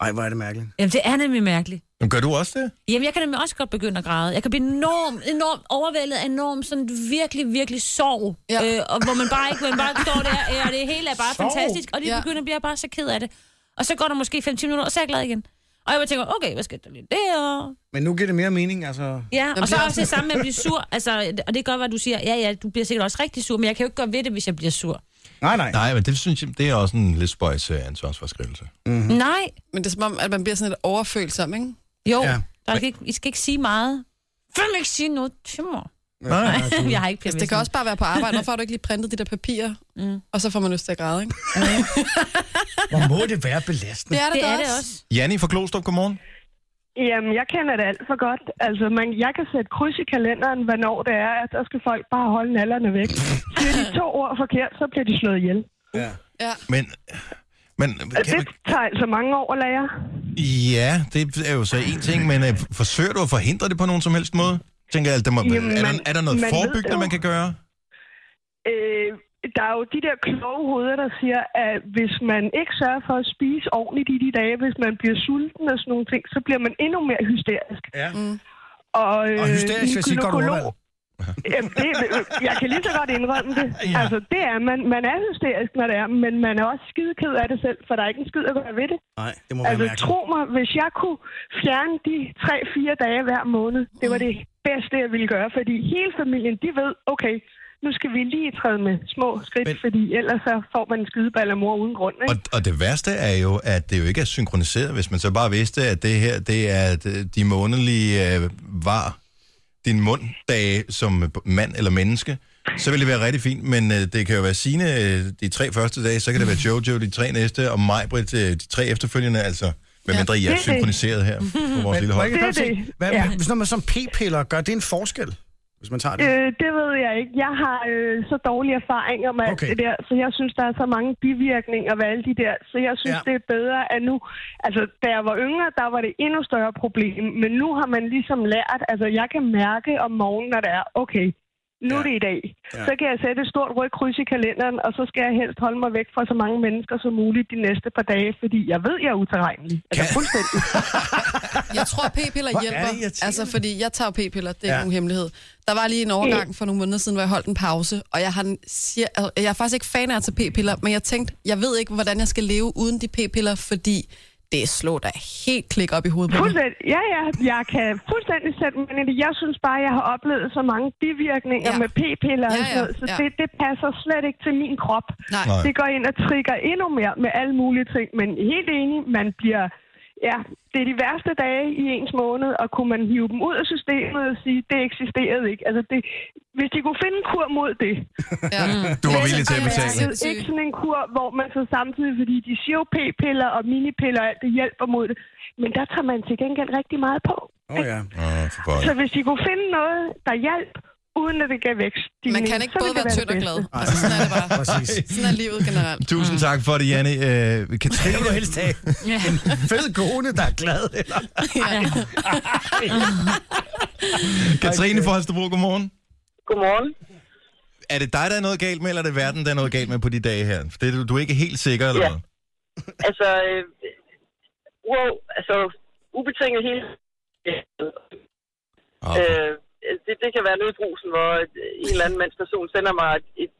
Ej, hvor er det mærkeligt. Jamen, det er nemlig mærkeligt. Men gør du også det? Jamen, jeg kan nemlig også godt begynde at græde. Jeg kan blive enormt, enormt overvældet af enormt sådan virkelig, virkelig sorg. Ja. Ja. Øh, og hvor man bare ikke man bare står der, øh, og det hele er Sorg? bare sorg. fantastisk. Og det Ja. ja. begynder bliver jeg bare så ked af det. Og så går der måske 5-10 minutter, og så er jeg glad igen. Og jeg bare tænker, okay, hvad skal der lige det? Og... Men nu giver det mere mening, altså... Ja, bliver og så også- også det samme med at blive sur. Altså, og det kan godt være, at du siger, ja, ja, du bliver sikkert også rigtig sur, men jeg kan jo ikke gøre ved det, hvis jeg bliver sur. Nej, nej. Nej, men det synes jeg, det er også en lidt spøjs øh, ansvarsforskrivelse. Mhm. Mm. Nej, Men det er som om, at man bliver sådan lidt overfølsom, ikke? jo, Ja. ja. der skal ikke, I skal ikke sige meget. Fem ikke sige noget til mig. Nej. jeg har ikke Altså, det kan også bare være på arbejde. Hvorfor har du ikke lige printet de der papirer? Mm. Og så får man lyst til at græde, ikke? Hvor må det være belastende? Det er det, det da er også. det også. Janni fra Klostrup, godmorgen. Jamen, jeg kender det alt for godt. Altså, man, jeg kan sætte kryds i kalenderen, hvornår det er, at der skal folk bare holde nallerne væk. Siger de to ord forkert, så bliver de slået ihjel. Ja. Ja. Men, men Og kan, det tager altså mange år at lære. ja, det er jo så en ting, men øh, forsøger du at forhindre det på nogen som helst måde? Tænker jeg, at der må, Jamen, er, der, man- er der noget man ved det forebyggende, jo. man kan gøre? Øh, der er jo de der kloge hoveder, der siger, at hvis man ikke sørger for at spise ordentligt i de dage, hvis man bliver sulten og sådan nogle ting, så bliver man endnu mere hysterisk. ja. Og, Og hysterisk, min vil jeg sige, godt Øh, gynekolog- ordvalg. Jamen, det, jeg kan lige så godt indrømme det. Ja. Ja. Altså, det er man. Man er hysterisk, når det er, men man er også skide ked af det selv, for der er ikke en skid at gøre ved det. Nej, det må være Altså, mærkeligt. tro mig, hvis jeg kunne fjerne de 3-4 dage hver måned, det var det bedste, jeg ville gøre, fordi hele familien, de ved, okay, nu skal vi lige træde med små skridt, Men- men... fordi ellers så får man en skideball af mor uden grund, Og, ikke? og det værste er jo, at det jo ikke er synkroniseret, hvis man så bare vidste, at det her, det er de- de månedlige øh, var, din munddage som mand eller menneske, så ville det være rigtig fint, men øh, det kan jo være sine øh, de tre første dage, så kan det være Jojo de tre næste, og Majbrit øh, de tre efterfølgende, altså, hvad mindre I Det er er det. synkroniseret her på vores Men lille må hold. jeg ikke Det godt se, er det. hvad, Ja. hvis når man som p-piller, gør det en forskel, hvis man tager det? Øh, det ved jeg ikke. Jeg har øh, så dårlige erfaringer med Okay. okay. det der, så jeg synes, der er så mange bivirkninger ved alle de der. Så jeg synes, Ja. ja. det er bedre, at nu... Altså, da jeg var yngre, der var det endnu større problem, men nu har man ligesom lært... Altså, jeg kan mærke om morgenen, når det er, okay, Nu Ja. ja. er det i dag. Ja. Ja. Så kan jeg sætte et stort rødt kryds i kalenderen, og så skal jeg helst holde mig væk fra så mange mennesker som muligt de næste par dage, fordi jeg ved, jeg er uterrenelig. Altså fuldstændig. Jeg tror, p-piller Hvor er det hjælper. irriterende. altså, fordi jeg tager jo p-piller, det er Ja. ja. nogen hemmelighed. Der var lige en overgang for nogle måneder siden, hvor jeg holdt en pause, og jeg, har, en- siger, altså, jeg er faktisk ikke fan af at tage p-piller, men jeg tænkte, jeg ved ikke, hvordan jeg skal leve uden de p-piller, fordi det slår da helt klik op i hovedet på mig. Fuldstændig. Ja, ja. Jeg kan fuldstændig sætte mig ind i det. Jeg synes bare, jeg har oplevet så mange bivirkninger Ja. ja. med p-piller og Ja, sådan ja, noget, så ja. det, det passer slet ikke til min krop. Nej. Nej. Det går ind og trigger endnu mere med alle mulige ting, men helt enig, man bliver... Ja, det er de værste dage i ens måned, og kunne man hive dem ud af systemet og sige, det eksisterede ikke. Altså, det, hvis de kunne finde en kur mod det, Ja. Du var Men- villig til at Ej, betale. jeg er det er sindssyg. ikke sådan en kur, hvor man så samtidig, fordi de siger jo p-piller og minipiller og alt det hjælper mod det, men der tager man til gengæld rigtig meget på. Åh oh, ja. Åh, for pokker. Så hvis de kunne finde noget, der hjalp, uden at det gav vækst, Man kan ikke så ville både det være tynd og det glad. bedste. Altså, sådan er det bare. Præcis. Sådan er livet generelt. Tusind tak for det, Janne. Øh, Det vil du Katrine, helst have. Ja. En fed kone, der er glad. Eller? Ja. Katrine fra Holstebro, godmorgen. Godmorgen. Er det dig, der er noget galt med, eller er det verden, der er noget galt med på de dage her? For det, er du, du er ikke helt sikker, eller Ja. hvad? Altså, øh, wow, altså, ubetinget hele... Åh, for- Øh, det, det kan være noget i brusen, hvor et- en eller anden mandsperson sender mig et, et,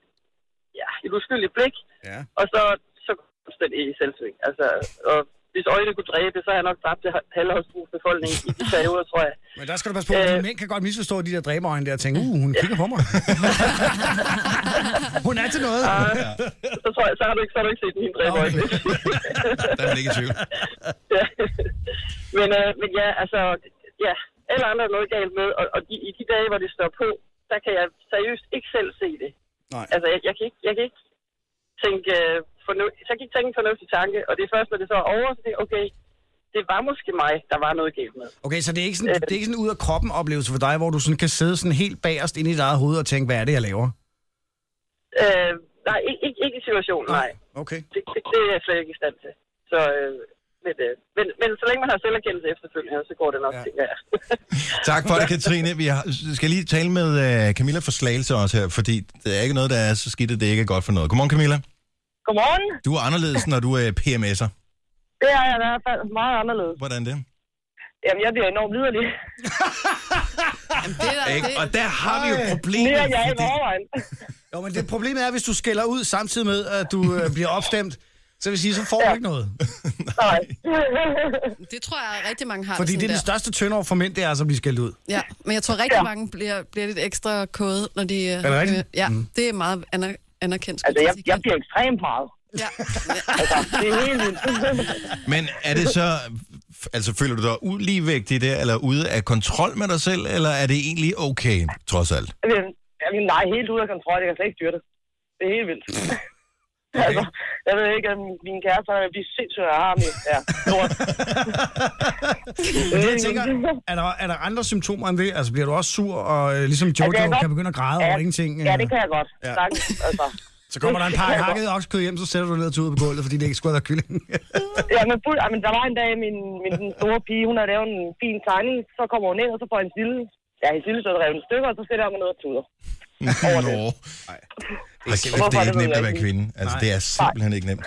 ja, et uskyldigt blik, Ja. og så, så fuldstændig i selvsving. Altså, og hvis øjnene kunne dræbe, så har jeg nok dræbt det halve Holstebros befolkning i de perioder, tror jeg. Men der skal du passe på, at Øh. mænd kan godt misforstå de der dræberøjne der og tænke, uh, hun kigger på mig. hun er til noget. Ah. Så tror jeg, så har du ikke, så har du ikke set min dræbe øjne. Der er man ikke i tvivl. Ja. men, øh, men ja, altså, ja, alle andre er noget galt med, og, og de, i de dage, hvor det står på, der kan jeg seriøst ikke selv se det. Nej. Altså, jeg, jeg, kan, ikke, jeg kan ikke tænke, øh, fornu, jeg kan ikke tænke en fornuftig tanke, og det er først, når det så er over, så det, okay, det var måske mig, der var noget galt med. Okay, så det er ikke sådan, det er ikke sådan ud af kroppen oplevelse for dig, hvor du sådan kan sidde sådan helt bagerst inde i dit eget hoved og tænke, hvad er det, jeg laver? Øh, nej, ikke, ikke, ikke i situationen, nej. Okay. Det, det, det er jeg slet ikke i stand til. Så, øh, men, øh, men, men så længe man har selverkendelse efterfølgende, så går det nok, Ja. ja. tænker jeg. Tak for det, Katrine. Vi har, skal lige tale med uh, Camilla for Slagelse også her, fordi det er ikke noget, der er så skidt, at det ikke er godt for noget. Godmorgen, Camilla. Godmorgen. Du er anderledes, når du er PMS'er. Det er jeg i hvert fald meget anderledes. Hvordan det? Jamen, jeg bliver enormt liderlig. Jamen, det er, Ikke? det, Og der har vi jo problemet. Mere jeg i fordi- forvejen. Jo, men det problemet er, hvis du skælder ud samtidig med, at du øh, bliver opstemt, så vil sige, så får du ikke noget. Nej. det tror jeg, rigtig mange har Fordi sådan det er den der. største tønder for mænd, det er altså at blive skældt ud. Ja, men jeg tror rigtig mange bliver, bliver lidt ekstra kode, når de... Er det rigtigt? Mm. ja, det er meget aner- anerkendt. skulle altså, jeg, til at sige. jeg bliver ekstremt meget. Ja. Altså, det er helt vildt. Men er det så... Altså, føler du dig uligevægtig der, eller ude af kontrol med dig selv, eller er det egentlig okay, trods alt? Jamen, Jamen, nej, helt ude af kontrol. Jeg kan slet ikke styre det. Det er helt vildt. Okay. Altså, jeg ved ikke, at min, min kæreste han er blive sindssygt af ham. Ja, lort. Men det, jeg tænker, er der, er der andre symptomer end det? Altså, bliver du også sur, og øh, ligesom Jojo Altså, altså, jeg kan kan godt- begynde at græde Ja, over ingenting? ja, øh, det kan jeg godt. Ja. Ja. Sagtens, altså. Så kommer der en Det pakke kan jeg hakket oksekød hjem, så sætter du ned og tager ud på gulvet, fordi det ikke skulle have været kylling. Ja, men, fuld, jamen, der var en dag, min, min den store pige, hun har lavet en fin tegning, så kommer hun ind, og så får hendes lille, ja, hendes lille så er revet i stykker, og så sætter hun ned og tuder. Over det. Nå. Hold kæft, Hvorfor det er er det ikke nemt ved at være jeg kvinde. Altså, det er simpelthen ikke nemt.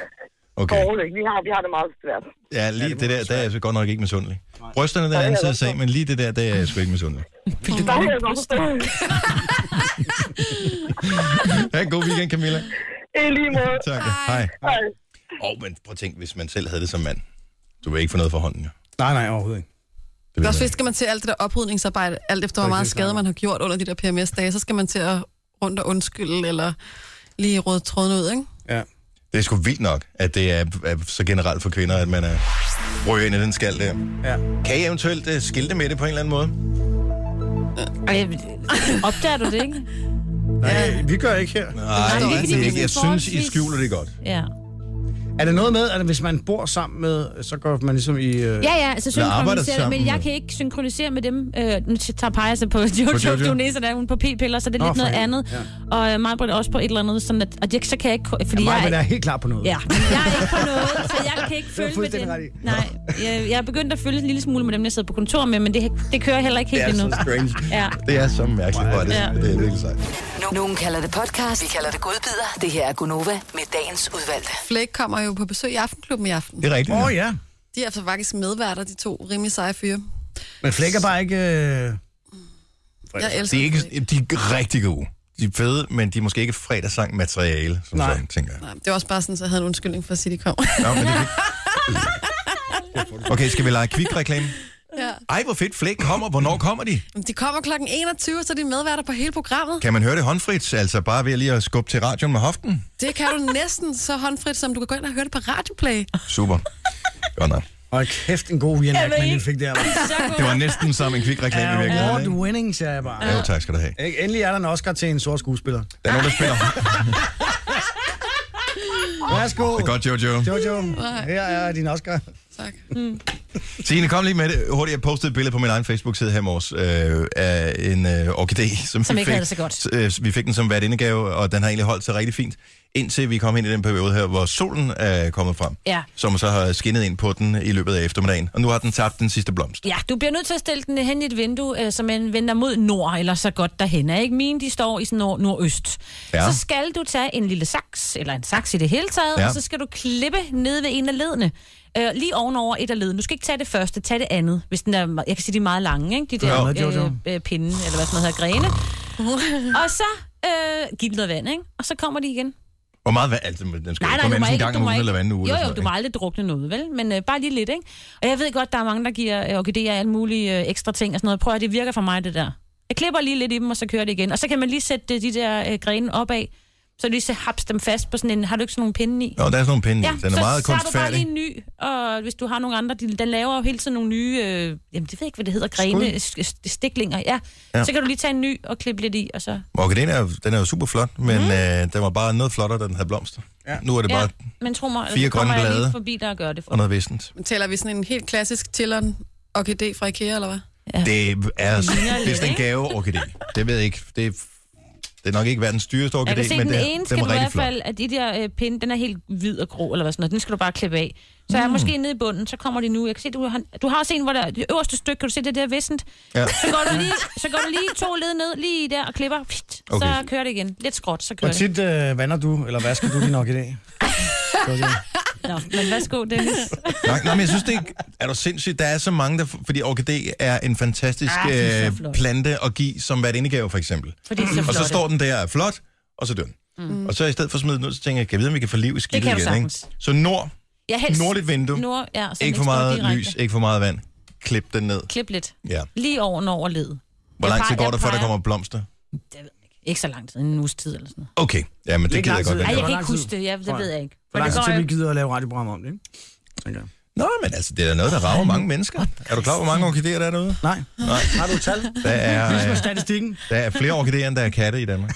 Okay. Overhovedet ikke. Vi har, vi har det meget svært. Ja, lige det der, der er jeg så godt nok ikke misundelig. Brysterne der er en anden side af sagen, men lige det der, der er jeg sgu ikke misundelig. Der kan jeg godt forstå. Ha' en god weekend, Camilla. I lige måde. Tak. Hej. Hej. Åh, oh, men prøv at tænke, hvis man selv havde det som mand. Du vil ikke få noget for hånden, jo. nej, nej, overhovedet ikke. Det Det er vil også man. fordi, skal man til alt det der oprydningsarbejde, alt efter hvor Det er meget det, skade jeg man har gjort under de der PMS-dage, så skal man til at rundt og undskylde, eller lige råde tråden ud, ikke? Ja. Det er sgu vildt nok, at det er, er så generelt for kvinder, at man er ryger ind i den skal der. ja. Kan I eventuelt uh, skilte med det på en eller anden måde? Ej, øh, Opdager du det, ikke? Nej, vi gør ikke her. Nej, det er det fordi, er det ikke. er Jeg synes, I forholdsvis- skjuler det godt. Ja. Er det noget med, at hvis man bor sammen med, så går man ligesom i... Øh... Ja, ja, altså arbejder synkronisere, sammen, men jeg jo. kan ikke synkronisere med dem. Øh, nu tager peger sig på Jojo, Jojo. du næser, der er hun på p-piller, så det er Nå, lidt for noget helvede, andet. Og øh, mig Britt også på et eller andet, sådan at, og det, så kan jeg ikke, ko- fordi Mig, jeg, men er helt klar på noget. Ja, men jeg er ikke på noget, så jeg kan ikke er følge med fuldstændig det. Nej, jeg, jeg er begyndt at følge en lille smule med dem, jeg sidder på kontor med, men det, det kører heller ikke helt endnu. strange. Ja. Det er så mærkeligt, hvor er det. Ja. Det er virkelig sejt. No- Nogen kalder det podcast, vi kalder det godbider. Det her er Gunova med dagens udvalgte. Flake kommer jo på besøg i Aftenklubben i aften. Det er rigtigt. Åh oh, ja. ja. De er altså faktisk medværter, de to rimelig seje fyre. Men Flæk er bare ikke... Øh... Jeg elsker De, er ikke, Flake. de er rigtig gode. De er fede, men de er måske ikke fredagssang materiale, som Nej. sådan, tænker jeg. Nej, det var også bare sådan, så jeg havde en undskyldning for at sige, de kom. Nå, men det er fedt. Okay, skal vi lege kvik-reklame? ja. Ej, hvor fedt. Flæk kommer. Hvornår kommer de? Men De kommer klokken 21, så de er medværter på hele programmet. Kan man høre det håndfrit? Altså bare ved lige at skubbe til radioen med hoften? Det kan du næsten så håndfrit, som du kan gå ind og høre det på Radioplay. Ah. Super. Godt nok. Og kæft, en god Ian Ackman, vi fik der. Det var næsten som en kvik-reklame i virkeligheden, Award ikke? winning, siger jeg bare. Jo, tak skal du have. Ikke? Endelig er der en Oscar til en sort skuespiller. Der er nogen, der spiller. Værsgo. Det er godt, Jojo. Jojo, her er din Oscar. Tak. Signe, kom lige med det. Hurtigt, jeg postede et billede på min egen Facebook-side her i morges øh, af en øh, orkidé, som, Som vi ikke fik. havde det så godt. S- Øh, vi fik den som værtindegave, og den har egentlig holdt sig rigtig fint, indtil vi kom ind i den periode her, hvor solen er kommet frem, Ja. som så har skinnet ind på den i løbet af eftermiddagen, og nu har den tabt den sidste blomst. Ja, du bliver nødt til at stille den hen i et vindue, øh, så man vender mod nord, eller så godt derhen. Ikke? Mine, de står i sådan nord nordøst. Ja. Ja. Så skal du tage en lille saks, eller en saks i det hele taget, Ja. ja. og så skal du klippe ned ved en af ledene. Øh, lige ovenover et af ledene. Du skal ikke tage det første, tag det andet. Hvis den er, me- jeg kan sige, de er meget lange, ikke? De Ja, der med, Jojo. øh, øh, pinde, eller hvad sådan noget her, grene. og så øh, giv den noget vand, ikke? Og så kommer de igen. Hvor meget vand? Altså, den skal Nej, jo nej, komme du ind må sådan en ikke, gang du om må ugen ikke. eller hver anden uge. Jo, eller jo, sådan du må noget, aldrig drukne noget, vel? Men øh, bare lige lidt, ikke? Og jeg ved godt, der er mange, der giver øh, orkideer alle mulige øh, ekstra ting og sådan noget. Prøv at det virker for mig, det der. Jeg klipper lige lidt i dem, og så kører det igen. Og så kan man lige sætte øh, de der øh, grene opad, så lige så haps dem fast på sådan en... Har du ikke sådan nogle pinde i? ikke? Nå, der er sådan nogle pinde. i. den er så meget så har du bare lige kunstfærdig. en ny, og hvis du har nogle andre, de- den laver jo hele tiden nogle nye, øh, jamen det ved jeg ikke, hvad det hedder, grene, sk- sk- stiklinger, ja. Ja. ja. Så kan du lige tage en ny og klippe lidt i, og så... Orkideen er, jo- den er jo super flot, men mm. øh, den var bare noget flottere, da den havde blomster. Ja. Nu er det bare Mhm. Ja, ja. men tro mig, fire så kommer grønne jeg lige blade. forbi dig og gør det for og noget vissent. Taler vi sådan en helt klassisk tilleren orkidé fra Ikea, eller hvad? Det er, ligner det er lidt, sådan en ikke? gave orkidé. Det ved jeg ikke. Det er, det er nok ikke verdens dyreste orkidé, Jeg kan se, men den det, er- ene den skal var du i rigtig hvert flot. fald, at de der øh, pinde, den er helt hvid og grå, eller hvad sådan noget. Den skal du bare klippe af. Så Mm. er måske nede i bunden, så kommer de nu. Jeg kan se, du har, du har også en, hvor der, det øverste stykke, kan du se det der vissent? Ja. Så går du lige, så går du lige to led ned, lige der og klipper. Pst, okay. Okay. Så kører det igen. Lidt skråt, så kører Hvor det. tit øh, vander du, eller vasker du din nok i dag? Nå, men værsgo, Dennis. Nej, nej, men jeg synes det ikke... Er du sindssygt? Der er så mange, der... Fordi orkidé er en fantastisk Ah, den er så øh, flot. plante at give som værtindegave, for eksempel. Fordi det er Og så flotte. står den der og er flot, og så dør den. Mm. Og så i stedet for at smide den ud, så tænker jeg, kan jeg vide, om vi kan få liv i skidtet kan du igen, ikke? sagtens. Så nord, ja, helst. nordligt vindue, nord, Nord, ja, så den ikke for står meget direkte. lys, ikke for meget vand. Klip den ned. Klip lidt. Ja. Lige over over led. Hvor lang tid går der, før der peger- kommer blomster? Det ved jeg ikke. Ikke så lang tid, en uges tid eller sådan noget. Okay, ja, men det Ikke gider lang jeg godt tid. være Ej, med. jeg hvor kan lang ikke huske tid? det, jeg, det Nej. ved jeg ikke. Hvor lang Det tid går til vi jo- gider at lave radioprogram om det, ikke? Tænker jeg. Nå, men altså, det er da noget, der rager mange mennesker. Er du klar, hvor mange orkideer der er derude? Nej. Nej. Har du et tal? Der er, Ligesom øh, statistikken. der er flere orkideer, end der er katte i Danmark.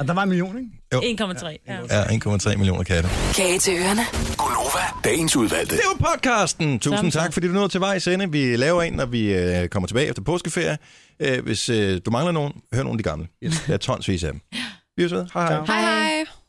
Og der var en million, ikke? 1,3. Ja. Ja, 1,3 millioner katte. Kage til ørerne. Gunova, dagens udvalgte. Det var podcasten. Tusind Sådan så. tak, fordi du nåede til vej sende. Vi laver en, når vi øh, kommer tilbage efter påskeferie. Øh, hvis øh, du mangler nogen, hør nogle af de gamle. Yes. Der er tonsvis af dem. Vi ses ved. Hej. Ciao. hej. Hej hej!